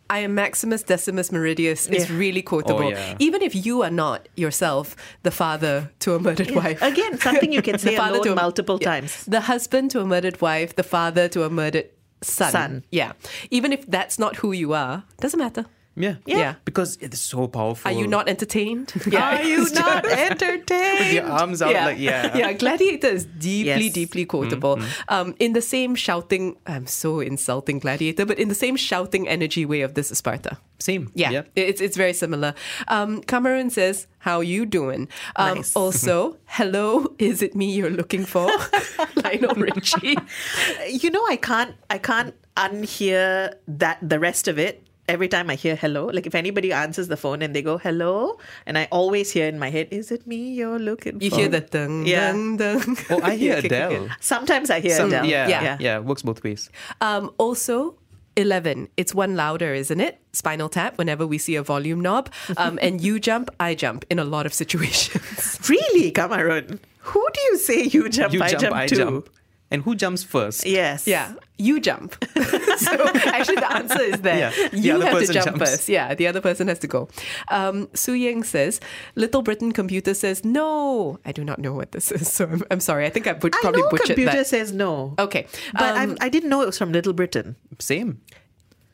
[SPEAKER 4] I am Maximus Decimus Meridius is
[SPEAKER 5] Yeah.
[SPEAKER 4] really quotable.
[SPEAKER 6] Oh, yeah.
[SPEAKER 4] Even if you are not yourself the father to a murdered wife.
[SPEAKER 5] Again, something you can
[SPEAKER 4] The
[SPEAKER 5] say
[SPEAKER 4] father
[SPEAKER 5] alone
[SPEAKER 4] to a-
[SPEAKER 5] multiple
[SPEAKER 4] yeah.
[SPEAKER 5] times.
[SPEAKER 4] The husband to a murdered wife, the father to a murdered son.
[SPEAKER 5] Son.
[SPEAKER 4] Yeah. Even if that's not who you are, doesn't matter.
[SPEAKER 6] Yeah.
[SPEAKER 4] Yeah.
[SPEAKER 6] Because it's so powerful.
[SPEAKER 4] Are you not entertained?
[SPEAKER 5] Are you
[SPEAKER 4] it's
[SPEAKER 5] not
[SPEAKER 4] just-
[SPEAKER 5] entertained?
[SPEAKER 6] With your arms out, like, yeah.
[SPEAKER 4] yeah. Gladiator is deeply,
[SPEAKER 6] Yes. Mm-hmm.
[SPEAKER 4] deeply quotable. Um, in the same shouting, I'm so insulting Gladiator, but in the same shouting energy way of this is Sparta.
[SPEAKER 6] Same.
[SPEAKER 4] Yeah,
[SPEAKER 6] Yep.
[SPEAKER 4] it's it's very similar. Um, Cameron says, "How you doing?" Um, Also, hello, is it me you're looking for? Lionel Richie.
[SPEAKER 5] you know i can't i can't unhear that the rest of it every time i hear hello like if anybody answers the phone and they go hello and i always hear in my head is it me you're looking
[SPEAKER 4] You
[SPEAKER 5] for?
[SPEAKER 4] hear the dung,
[SPEAKER 5] Yeah.
[SPEAKER 4] dung, dung.
[SPEAKER 6] Oh, Um, I hear
[SPEAKER 4] Okay, okay, okay.
[SPEAKER 6] Adele.
[SPEAKER 5] sometimes i hear
[SPEAKER 6] Some-
[SPEAKER 5] Adele.
[SPEAKER 6] Yeah,
[SPEAKER 4] Yeah.
[SPEAKER 6] yeah. Yeah. Works both ways.
[SPEAKER 4] Um, also, 11. It's one louder, isn't it? Spinal tap whenever we see a volume knob. Um, and you jump, I jump in a lot of situations.
[SPEAKER 5] really cameron who do you say you jump
[SPEAKER 6] you
[SPEAKER 5] i
[SPEAKER 6] jump,
[SPEAKER 5] jump
[SPEAKER 6] I
[SPEAKER 5] to
[SPEAKER 6] jump. And who jumps first?
[SPEAKER 5] yes
[SPEAKER 4] Yeah, you jump. so actually, the answer is there.
[SPEAKER 6] Yeah, the
[SPEAKER 4] You
[SPEAKER 6] other
[SPEAKER 4] have to
[SPEAKER 6] person
[SPEAKER 4] jump
[SPEAKER 6] jumps.
[SPEAKER 4] first. Yeah, the other person has to go. Um, Su Yang says, Little Britain computer says, no. I do not know what this is, so I'm, I'm sorry. I think I but-
[SPEAKER 5] i
[SPEAKER 4] probably
[SPEAKER 5] know
[SPEAKER 4] butchered
[SPEAKER 5] computer
[SPEAKER 4] that.
[SPEAKER 5] says no
[SPEAKER 4] Okay.
[SPEAKER 5] but
[SPEAKER 4] um,
[SPEAKER 5] I'm, i didn't know it was from little britain
[SPEAKER 6] Same.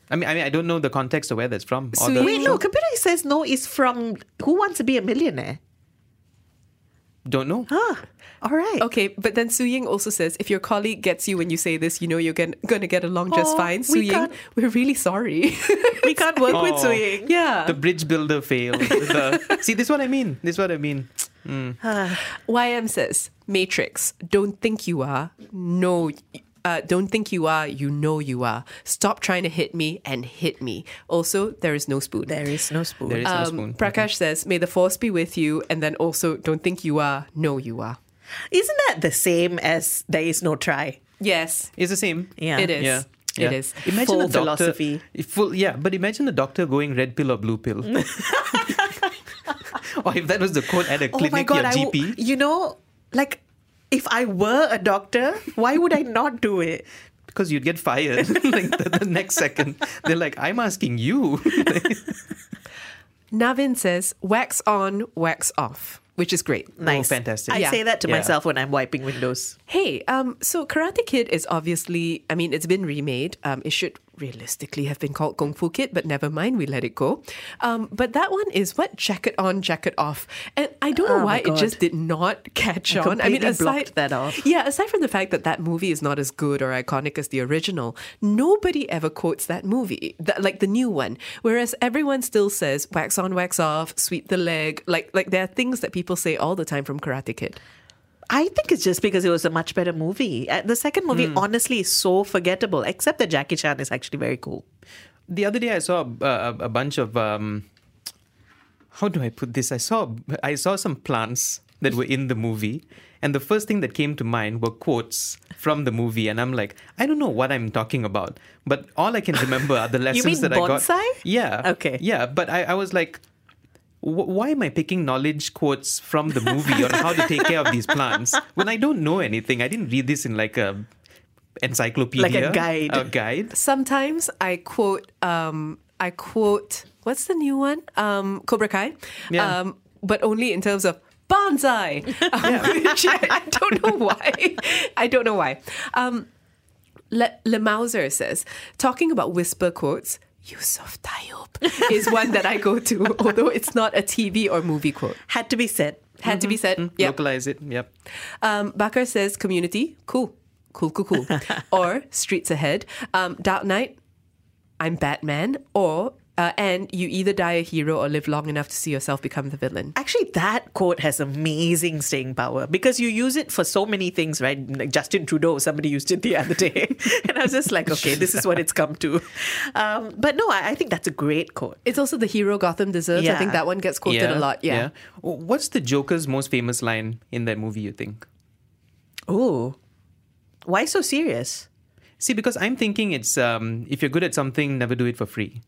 [SPEAKER 6] I mean, I mean, I don't know the context of where that's from. or
[SPEAKER 4] So
[SPEAKER 6] the-
[SPEAKER 5] wait no computer says no is from who wants to be a millionaire
[SPEAKER 6] don't know.
[SPEAKER 5] ah all right
[SPEAKER 4] Okay, but then Su Ying also says if your colleague gets you when you say this, you know you're going to get along just
[SPEAKER 5] Oh,
[SPEAKER 4] fine.
[SPEAKER 5] we
[SPEAKER 4] Su Ying,
[SPEAKER 5] can't-
[SPEAKER 4] we're really sorry.
[SPEAKER 5] we can't work with
[SPEAKER 6] Oh.
[SPEAKER 5] Suying.
[SPEAKER 4] yeah.
[SPEAKER 6] The bridge builder failed. The- see, this is what I mean. This is what I mean.
[SPEAKER 4] YM says, Matrix, don't think you are. No. Uh, don't think you are, you know you are. Stop trying to hit me and hit me. Also, there is no spoon.
[SPEAKER 5] There is no spoon.
[SPEAKER 6] There is
[SPEAKER 4] Um,
[SPEAKER 6] no spoon.
[SPEAKER 4] Prakash says, May the force be with you. And then also, don't think you are, know you are.
[SPEAKER 5] Isn't that the same as there is no try?
[SPEAKER 4] Yes,
[SPEAKER 6] It's the same.
[SPEAKER 5] Yeah.
[SPEAKER 4] it is.
[SPEAKER 6] Yeah.
[SPEAKER 4] It
[SPEAKER 6] Yeah.
[SPEAKER 4] is.
[SPEAKER 6] Imagine
[SPEAKER 5] Full
[SPEAKER 6] a doctor,
[SPEAKER 5] philosophy.
[SPEAKER 6] if Full, yeah, but imagine a doctor going red pill or blue pill. or if that was the quote at a clinic, your
[SPEAKER 5] Oh I
[SPEAKER 6] GP.
[SPEAKER 5] w- you know, like if I were a doctor, why would I not do it?
[SPEAKER 6] because you'd get fired like the, the next second. They're like, I'm asking you.
[SPEAKER 4] Navin says, Wax on, wax off, which is great.
[SPEAKER 5] Nice.
[SPEAKER 6] Oh, fantastic.
[SPEAKER 5] I
[SPEAKER 6] Yeah.
[SPEAKER 5] say that to
[SPEAKER 6] Yeah.
[SPEAKER 5] myself when I'm wiping windows.
[SPEAKER 4] Hey, um, so Karate Kid is obviously, I mean, it's been remade. Um, it should realistically have been called Kung Fu Kid, but never mind, we let it go. Um, but that one is what jacket on, jacket off. And I don't know
[SPEAKER 5] Oh
[SPEAKER 4] why
[SPEAKER 5] my
[SPEAKER 4] it
[SPEAKER 5] God.
[SPEAKER 4] just did not catch
[SPEAKER 5] I
[SPEAKER 4] on. I mean,
[SPEAKER 5] completely
[SPEAKER 4] aside
[SPEAKER 5] blocked that off.
[SPEAKER 4] Yeah, aside from the fact that that movie is not as good or iconic as the original, nobody ever quotes that movie, that, like the new one. Whereas everyone still says wax on, wax off, sweep the leg. Like, like there are things that people say all the time from Karate Kid.
[SPEAKER 5] I think it's just because it was a much better movie. Uh, The second movie, honestly, is so forgettable, except that Jackie Chan is actually very cool.
[SPEAKER 6] the other day, I saw a, a, a bunch of um, how do I put this? I saw I saw some plants that were in the movie, and the first thing that came to mind were quotes from the movie, and I'm like, I don't know what I'm talking about, but all I can remember are the lessons
[SPEAKER 5] mean
[SPEAKER 6] that I
[SPEAKER 5] bonsai?
[SPEAKER 6] got. Yeah.
[SPEAKER 5] Okay.
[SPEAKER 6] Yeah, but I, I was like. "Wh- Why am I picking knowledge quotes from the movie on how to take care of these plants when I don't know anything? I didn't read this in like a encyclopedia,
[SPEAKER 5] guide.
[SPEAKER 6] A guide.
[SPEAKER 4] sometimes I quote um I quote what's the new one? Um Cobra Kai.
[SPEAKER 6] Yeah.
[SPEAKER 4] Um but only in terms of bonsai. Um, which I, I don't know why. I don't know why. Um Le, Le Mauser says, talking about whisper quotes, Yusuf Tayyub is one that I go to, although it's not a TV or movie quote.
[SPEAKER 5] Had to be said.
[SPEAKER 4] Had to be said.
[SPEAKER 6] Mm,
[SPEAKER 4] Yep.
[SPEAKER 6] Localize it. Yep.
[SPEAKER 4] Um, Bakar says community, cool, cool, cool, cool. or streets ahead. Um, Dark Knight, I'm Batman. Or Uh, and you either die a hero or live long enough to see yourself become the villain.
[SPEAKER 5] Actually, that quote has amazing staying power because you use it for so many things, right? Like Justin Trudeau, somebody used it the other day. and I was just like, okay, this is what it's come to. Um, but no, I, I think that's a great quote.
[SPEAKER 4] It's also the hero Gotham deserves. I
[SPEAKER 5] Yeah.
[SPEAKER 4] think that one gets quoted a lot. Yeah.
[SPEAKER 6] W- What's the Joker's most famous line in that movie, you think?
[SPEAKER 5] Oh, why so serious?
[SPEAKER 6] See, because I'm thinking it's um, if you're good at something, never do it for free.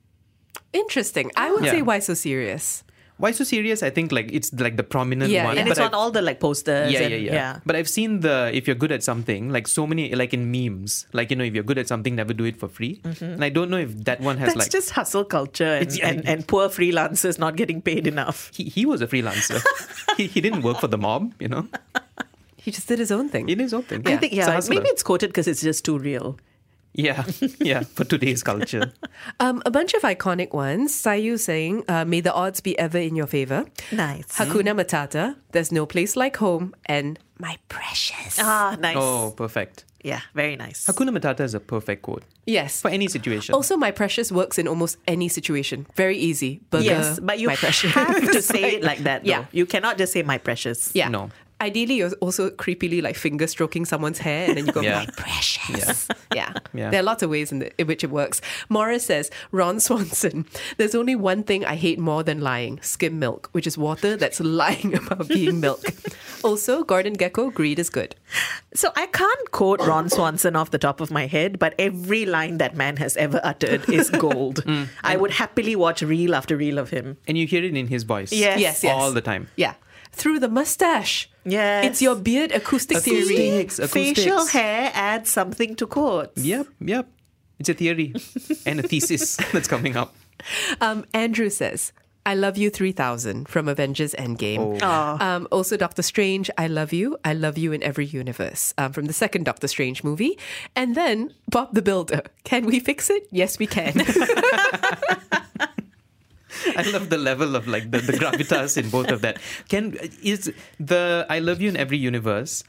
[SPEAKER 4] Interesting. I would
[SPEAKER 6] Yeah.
[SPEAKER 4] say why so serious?
[SPEAKER 6] Why so serious? I think like it's like the prominent
[SPEAKER 5] Yeah,
[SPEAKER 6] one.
[SPEAKER 5] and
[SPEAKER 6] but
[SPEAKER 5] it's
[SPEAKER 6] I-
[SPEAKER 5] on all the like posters.
[SPEAKER 6] yeah,
[SPEAKER 5] and,
[SPEAKER 6] yeah, yeah, But I've seen the if you're good at something, like so many, like in memes, like you know, if you're good at something, never do it for free.
[SPEAKER 5] Mhm.
[SPEAKER 6] And I don't know if that one has
[SPEAKER 5] That's
[SPEAKER 6] like
[SPEAKER 5] just hustle culture and,
[SPEAKER 6] It's- yeah.
[SPEAKER 5] and, and poor freelancers not getting paid enough.
[SPEAKER 6] he, he was a freelancer. he, he didn't work for the mob, you know.
[SPEAKER 4] He just did his own thing.
[SPEAKER 6] He did his own thing.
[SPEAKER 5] I think,
[SPEAKER 6] It's a
[SPEAKER 5] yeah,
[SPEAKER 6] hustler.
[SPEAKER 5] maybe it's quoted because it's just too real.
[SPEAKER 6] yeah, yeah, for today's culture.
[SPEAKER 4] Um, a bunch of iconic ones. Sayu saying, uh, May the odds be ever in your favor.
[SPEAKER 5] Nice.
[SPEAKER 4] Hakuna Matata, There's No Place Like Home, and My Precious.
[SPEAKER 5] Ah, nice.
[SPEAKER 6] Oh, perfect.
[SPEAKER 5] Yeah, very nice.
[SPEAKER 6] Hakuna Matata is a perfect quote
[SPEAKER 4] Yes.
[SPEAKER 6] for any situation.
[SPEAKER 4] Also, My Precious works in almost any situation. Very easy. Burger,
[SPEAKER 5] yes, but you
[SPEAKER 4] My Precious.
[SPEAKER 5] have to say it like that. Though.
[SPEAKER 4] Yeah.
[SPEAKER 5] you cannot just say my precious.
[SPEAKER 4] Yeah. No. Ideally, you're also creepily like finger stroking someone's hair, and then you go,
[SPEAKER 5] Yeah.
[SPEAKER 4] "My precious." Yeah.
[SPEAKER 5] Yeah.
[SPEAKER 4] There are lots of ways in, the, in which it works. Morris says, "Ron Swanson, there's only one thing I hate more than lying: skim milk, which is water that's lying about being milk." also, Gordon Gecko, greed is good.
[SPEAKER 5] So I can't quote Ron Swanson off the top of my head, but every line that man has ever uttered is gold. I would happily watch reel after reel of him.
[SPEAKER 6] and you hear it in his voice.
[SPEAKER 5] Yes. Yes, yes.
[SPEAKER 6] all the time.
[SPEAKER 4] Yeah. Through the mustache.
[SPEAKER 5] Yeah.
[SPEAKER 4] It's your beard acoustic theory.
[SPEAKER 6] Acoustics,
[SPEAKER 5] Facial
[SPEAKER 6] acoustics.
[SPEAKER 5] hair adds something to quotes.
[SPEAKER 6] Yep, yep. It's a theory and a thesis that's coming up.
[SPEAKER 4] Um, Andrew says, I love you 3000 from Avengers Endgame.
[SPEAKER 6] Oh.
[SPEAKER 5] Aw.
[SPEAKER 4] Um, also, Doctor Strange, I love you. I love you in every universe um, from the second Doctor Strange movie. And then Bob the Builder, can we fix it? Yes, we can.
[SPEAKER 6] I love the level of like the, the gravitas in both of that. Can is the I love you in every universe.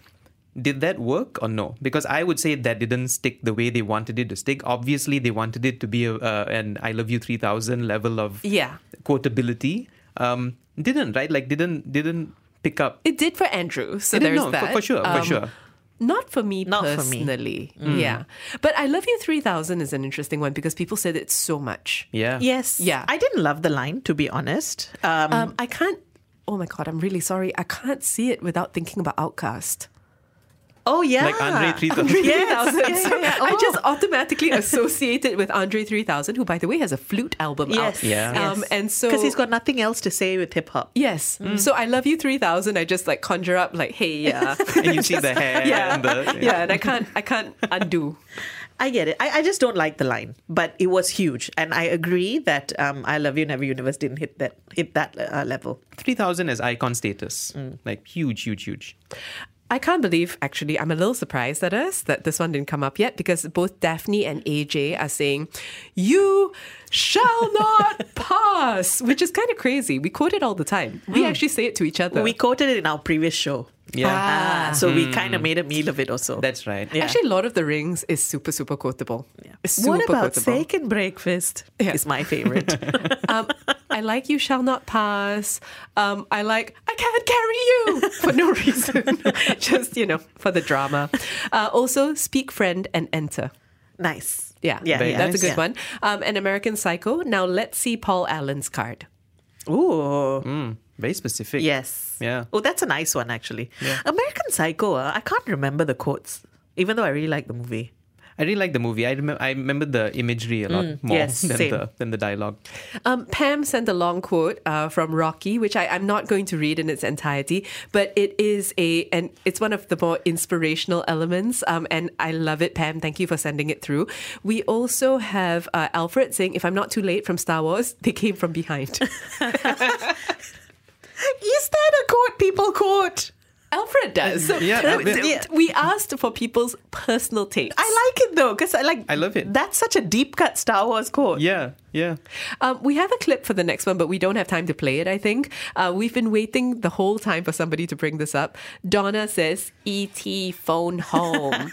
[SPEAKER 6] Did that work or no? Because I would say that didn't stick the way they wanted it to stick. Obviously, they wanted it to be a, uh, an "I Love You" three thousand level of
[SPEAKER 4] Yeah.
[SPEAKER 6] quotability. Um, didn't right? Like didn't didn't pick up.
[SPEAKER 4] it did for Andrew, so
[SPEAKER 6] It did,
[SPEAKER 4] there's
[SPEAKER 6] no, for-
[SPEAKER 4] that. Um,
[SPEAKER 6] for sure, for sure.
[SPEAKER 4] Not for me
[SPEAKER 5] for me.
[SPEAKER 4] personally.
[SPEAKER 6] Mm.
[SPEAKER 4] Yeah. But I Love You 3000 is an interesting one because people said it so much.
[SPEAKER 6] Yeah.
[SPEAKER 5] Yes.
[SPEAKER 4] Yeah.
[SPEAKER 5] I didn't love the line, to be honest. Um,
[SPEAKER 4] Um, I can't. Oh my god, I'm really sorry. I can't see it without thinking about Outcast.
[SPEAKER 5] oh, yeah.
[SPEAKER 6] Like Andre 3000.
[SPEAKER 5] Yes. yeah, yeah, yeah.
[SPEAKER 4] I just
[SPEAKER 5] Oh.
[SPEAKER 4] automatically associate it with Andre 3000, who, by the way, has a flute album
[SPEAKER 5] Yes.
[SPEAKER 4] out.
[SPEAKER 6] Yeah.
[SPEAKER 4] Um, and so
[SPEAKER 5] Because he's got Mm. nothing else to say with hip hop.
[SPEAKER 4] yes. So I love you 3000. I just like conjure up like, hey, yeah,
[SPEAKER 6] And you see the hair
[SPEAKER 4] yeah,
[SPEAKER 6] and the
[SPEAKER 4] yeah, and I can't, I can't undo.
[SPEAKER 5] I get it. I, I just don't like the line, but it was huge, and I agree that um, "I Love You" in every universe didn't hit that hit that uh, level.
[SPEAKER 6] three thousand as icon status,
[SPEAKER 4] Mm.
[SPEAKER 6] like huge, huge, huge.
[SPEAKER 4] I can't believe, actually, I'm a little surprised at us that this one didn't come up yet because both Daphne and AJ are saying, You shall not pass, which is kind of crazy. We quote it all the time. We actually say it to each other.
[SPEAKER 5] Hmm. We quoted it in our previous show,
[SPEAKER 6] Yeah. Hmm.
[SPEAKER 5] Ah, so we kind of made a meal of it. Also,
[SPEAKER 6] That's right.
[SPEAKER 4] Actually, Lord of the Rings is super, super quotable. It's Super
[SPEAKER 5] what about
[SPEAKER 4] quotable.
[SPEAKER 5] steak and breakfast? Is my favorite.
[SPEAKER 4] Um, I like you shall not pass. Um, I like I can't carry you for no reason, just you know for the drama. Uh, also, speak friend and enter.
[SPEAKER 5] nice.
[SPEAKER 4] Yeah,
[SPEAKER 5] Yeah,
[SPEAKER 4] that's
[SPEAKER 5] yeah.
[SPEAKER 4] a good
[SPEAKER 5] Yeah.
[SPEAKER 4] one. Um, an American Psycho. Now let's see Paul Allen's card.
[SPEAKER 5] Ooh.
[SPEAKER 6] Very specific.
[SPEAKER 5] Yes.
[SPEAKER 6] Hmm. Yeah.
[SPEAKER 5] Oh, that's a nice one actually. American Psycho. Uh, I can't remember the quotes, even though I really like the movie.
[SPEAKER 6] I really like the movie. I remember I remember the imagery a lot
[SPEAKER 5] Mm,
[SPEAKER 6] more
[SPEAKER 5] yes,
[SPEAKER 6] than
[SPEAKER 5] same.
[SPEAKER 6] the than the dialogue.
[SPEAKER 4] Um, Pam sent a long quote uh, from Rocky, which I, I'm not going to read in its entirety, but it is a and it's one of the more inspirational elements. Um, and I love it, Pam. Thank you for sending it through. We also have uh, Alfred saying, "If I'm not too late" from Star Wars, they came from behind.
[SPEAKER 5] Is that a quote people quote?
[SPEAKER 4] Alfred does. So
[SPEAKER 6] Yeah,
[SPEAKER 4] that-
[SPEAKER 6] yeah.
[SPEAKER 4] th- we asked for people's personal takes.
[SPEAKER 5] I like it though, because I like.
[SPEAKER 6] I love it.
[SPEAKER 5] That's such a deep cut Star Wars quote.
[SPEAKER 6] Yeah, yeah.
[SPEAKER 4] Um, we have a clip for the next one, but we don't have time to play it, I think. Uh, we've been waiting the whole time for somebody to bring this up. Donna says, ET phone home.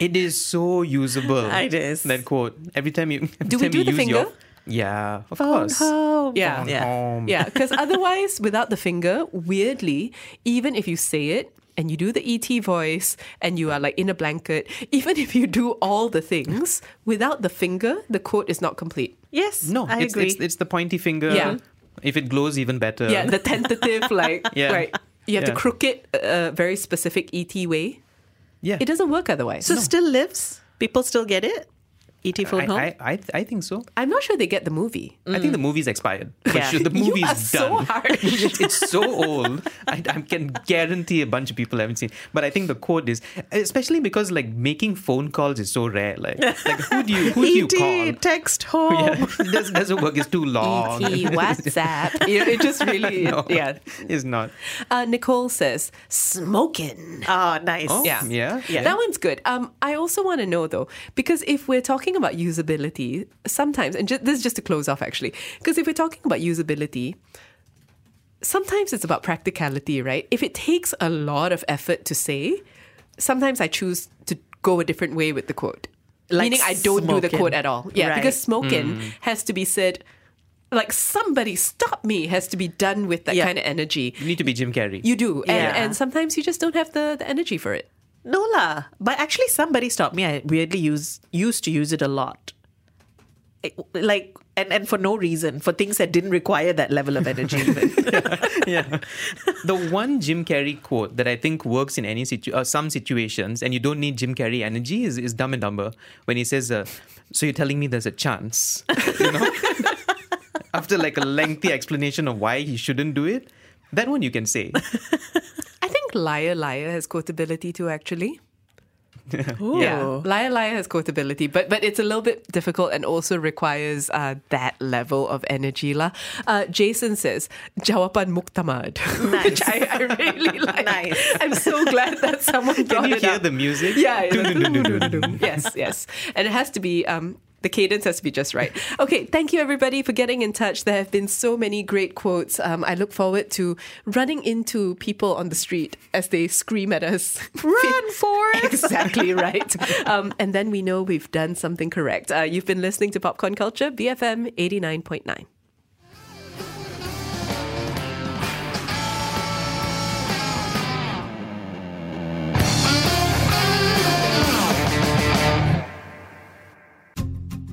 [SPEAKER 6] It is so usable.
[SPEAKER 5] It is.
[SPEAKER 6] That quote. Every time you every
[SPEAKER 4] Do we
[SPEAKER 6] time
[SPEAKER 4] do
[SPEAKER 6] you
[SPEAKER 4] the
[SPEAKER 6] use
[SPEAKER 4] finger?
[SPEAKER 6] your Yeah, of
[SPEAKER 4] Phone
[SPEAKER 6] course.
[SPEAKER 5] Oh,
[SPEAKER 4] home. Yeah,
[SPEAKER 6] Phone
[SPEAKER 4] yeah,
[SPEAKER 6] home.
[SPEAKER 4] yeah. Because otherwise, without the finger, weirdly, even if you say it and you do the ET voice and you are like in a blanket, even if you do all the things without the finger, the quote is not complete.
[SPEAKER 5] Yes,
[SPEAKER 6] no,
[SPEAKER 4] I
[SPEAKER 6] it's,
[SPEAKER 4] agree.
[SPEAKER 6] It's, it's the pointy finger.
[SPEAKER 4] Yeah.
[SPEAKER 6] If it glows, even better.
[SPEAKER 4] Yeah, the tentative, like
[SPEAKER 6] Oh. Yeah.
[SPEAKER 4] right. You have to
[SPEAKER 6] Yeah.
[SPEAKER 4] crook it a a very specific ET way.
[SPEAKER 6] Yeah,
[SPEAKER 4] it doesn't work otherwise.
[SPEAKER 5] So it still lives. People still get it. ET phone
[SPEAKER 6] I,
[SPEAKER 5] home.
[SPEAKER 6] I, I, I think so.
[SPEAKER 4] I'm not sure they get the movie.
[SPEAKER 6] I think the movie's expired.
[SPEAKER 5] Mm.
[SPEAKER 6] For
[SPEAKER 5] Yeah.
[SPEAKER 6] sure, the
[SPEAKER 5] You
[SPEAKER 6] movie's
[SPEAKER 5] are so
[SPEAKER 6] done. it's, it's so old. I, I can guarantee a bunch of people haven't seen. it. But I think the quote is, especially because like making phone calls is so rare. Like, like who do you who do you
[SPEAKER 5] ET
[SPEAKER 6] call?
[SPEAKER 5] E text home.
[SPEAKER 6] Yeah, this doesn't work. It's too long.
[SPEAKER 4] ET WhatsApp. You know, it just really
[SPEAKER 6] E No,
[SPEAKER 4] yeah.
[SPEAKER 6] it's not.
[SPEAKER 4] Uh, Nicole says smoking.
[SPEAKER 5] Ah, nice.
[SPEAKER 6] Oh,
[SPEAKER 4] yeah.
[SPEAKER 6] yeah, yeah.
[SPEAKER 4] That one's good. Um, I also want to know though, because if we're talking about usability, sometimes, and ju- this is just to close off actually, because if we're talking about usability, sometimes it's about practicality, right? If it takes a lot of effort to say, sometimes I choose to go a different way with the quote.
[SPEAKER 5] Like
[SPEAKER 4] Meaning I don't do the
[SPEAKER 5] smoking.
[SPEAKER 4] quote at all. Yeah,
[SPEAKER 5] Right.
[SPEAKER 4] because smoking
[SPEAKER 5] Mm.
[SPEAKER 4] has to be said like somebody stop me has to be done with that kind of energy.
[SPEAKER 6] You need to be Jim Carrey.
[SPEAKER 4] You do. And,
[SPEAKER 5] Yeah.
[SPEAKER 4] and sometimes you just don't have the, the energy for it.
[SPEAKER 5] No lah, but actually somebody stopped me. I weirdly use used to use it a lot, It- like and and for no reason for things that didn't require that level of energy. even.
[SPEAKER 6] the one Jim Carrey quote that I think works in any situ- uh, some situations, and you don't need Jim Carrey energy, is, is Dumb and Dumber when he says, uh, "So you're telling me there's a chance?" You know, after like a lengthy explanation of why he shouldn't do it, that one you can say.
[SPEAKER 4] I think Liar Liar has quotability too, actually.
[SPEAKER 5] Ooh.
[SPEAKER 4] Liar Liar has quotability, but but it's a little bit difficult and also requires uh, that level of energy. La. Uh, Jason says, Jawapan Muktamad. Nice. Which I, I really like. Nice. I'm so glad that someone brought
[SPEAKER 6] Can you
[SPEAKER 4] it
[SPEAKER 6] hear
[SPEAKER 4] up.
[SPEAKER 6] the music?
[SPEAKER 4] Yeah, yeah.
[SPEAKER 6] Dun-dun-dun-dun-dun-dun.
[SPEAKER 4] yes, yes. And it has to be. Um, the cadence has to be just right. Okay, thank you everybody for getting in touch. There have been so many great quotes. Um, I look forward to running into people on the street as they scream at us. Run for it! exactly right. Um, and then we know we've done something correct. Uh, you've been listening to Popcorn Culture, BFM 89.9.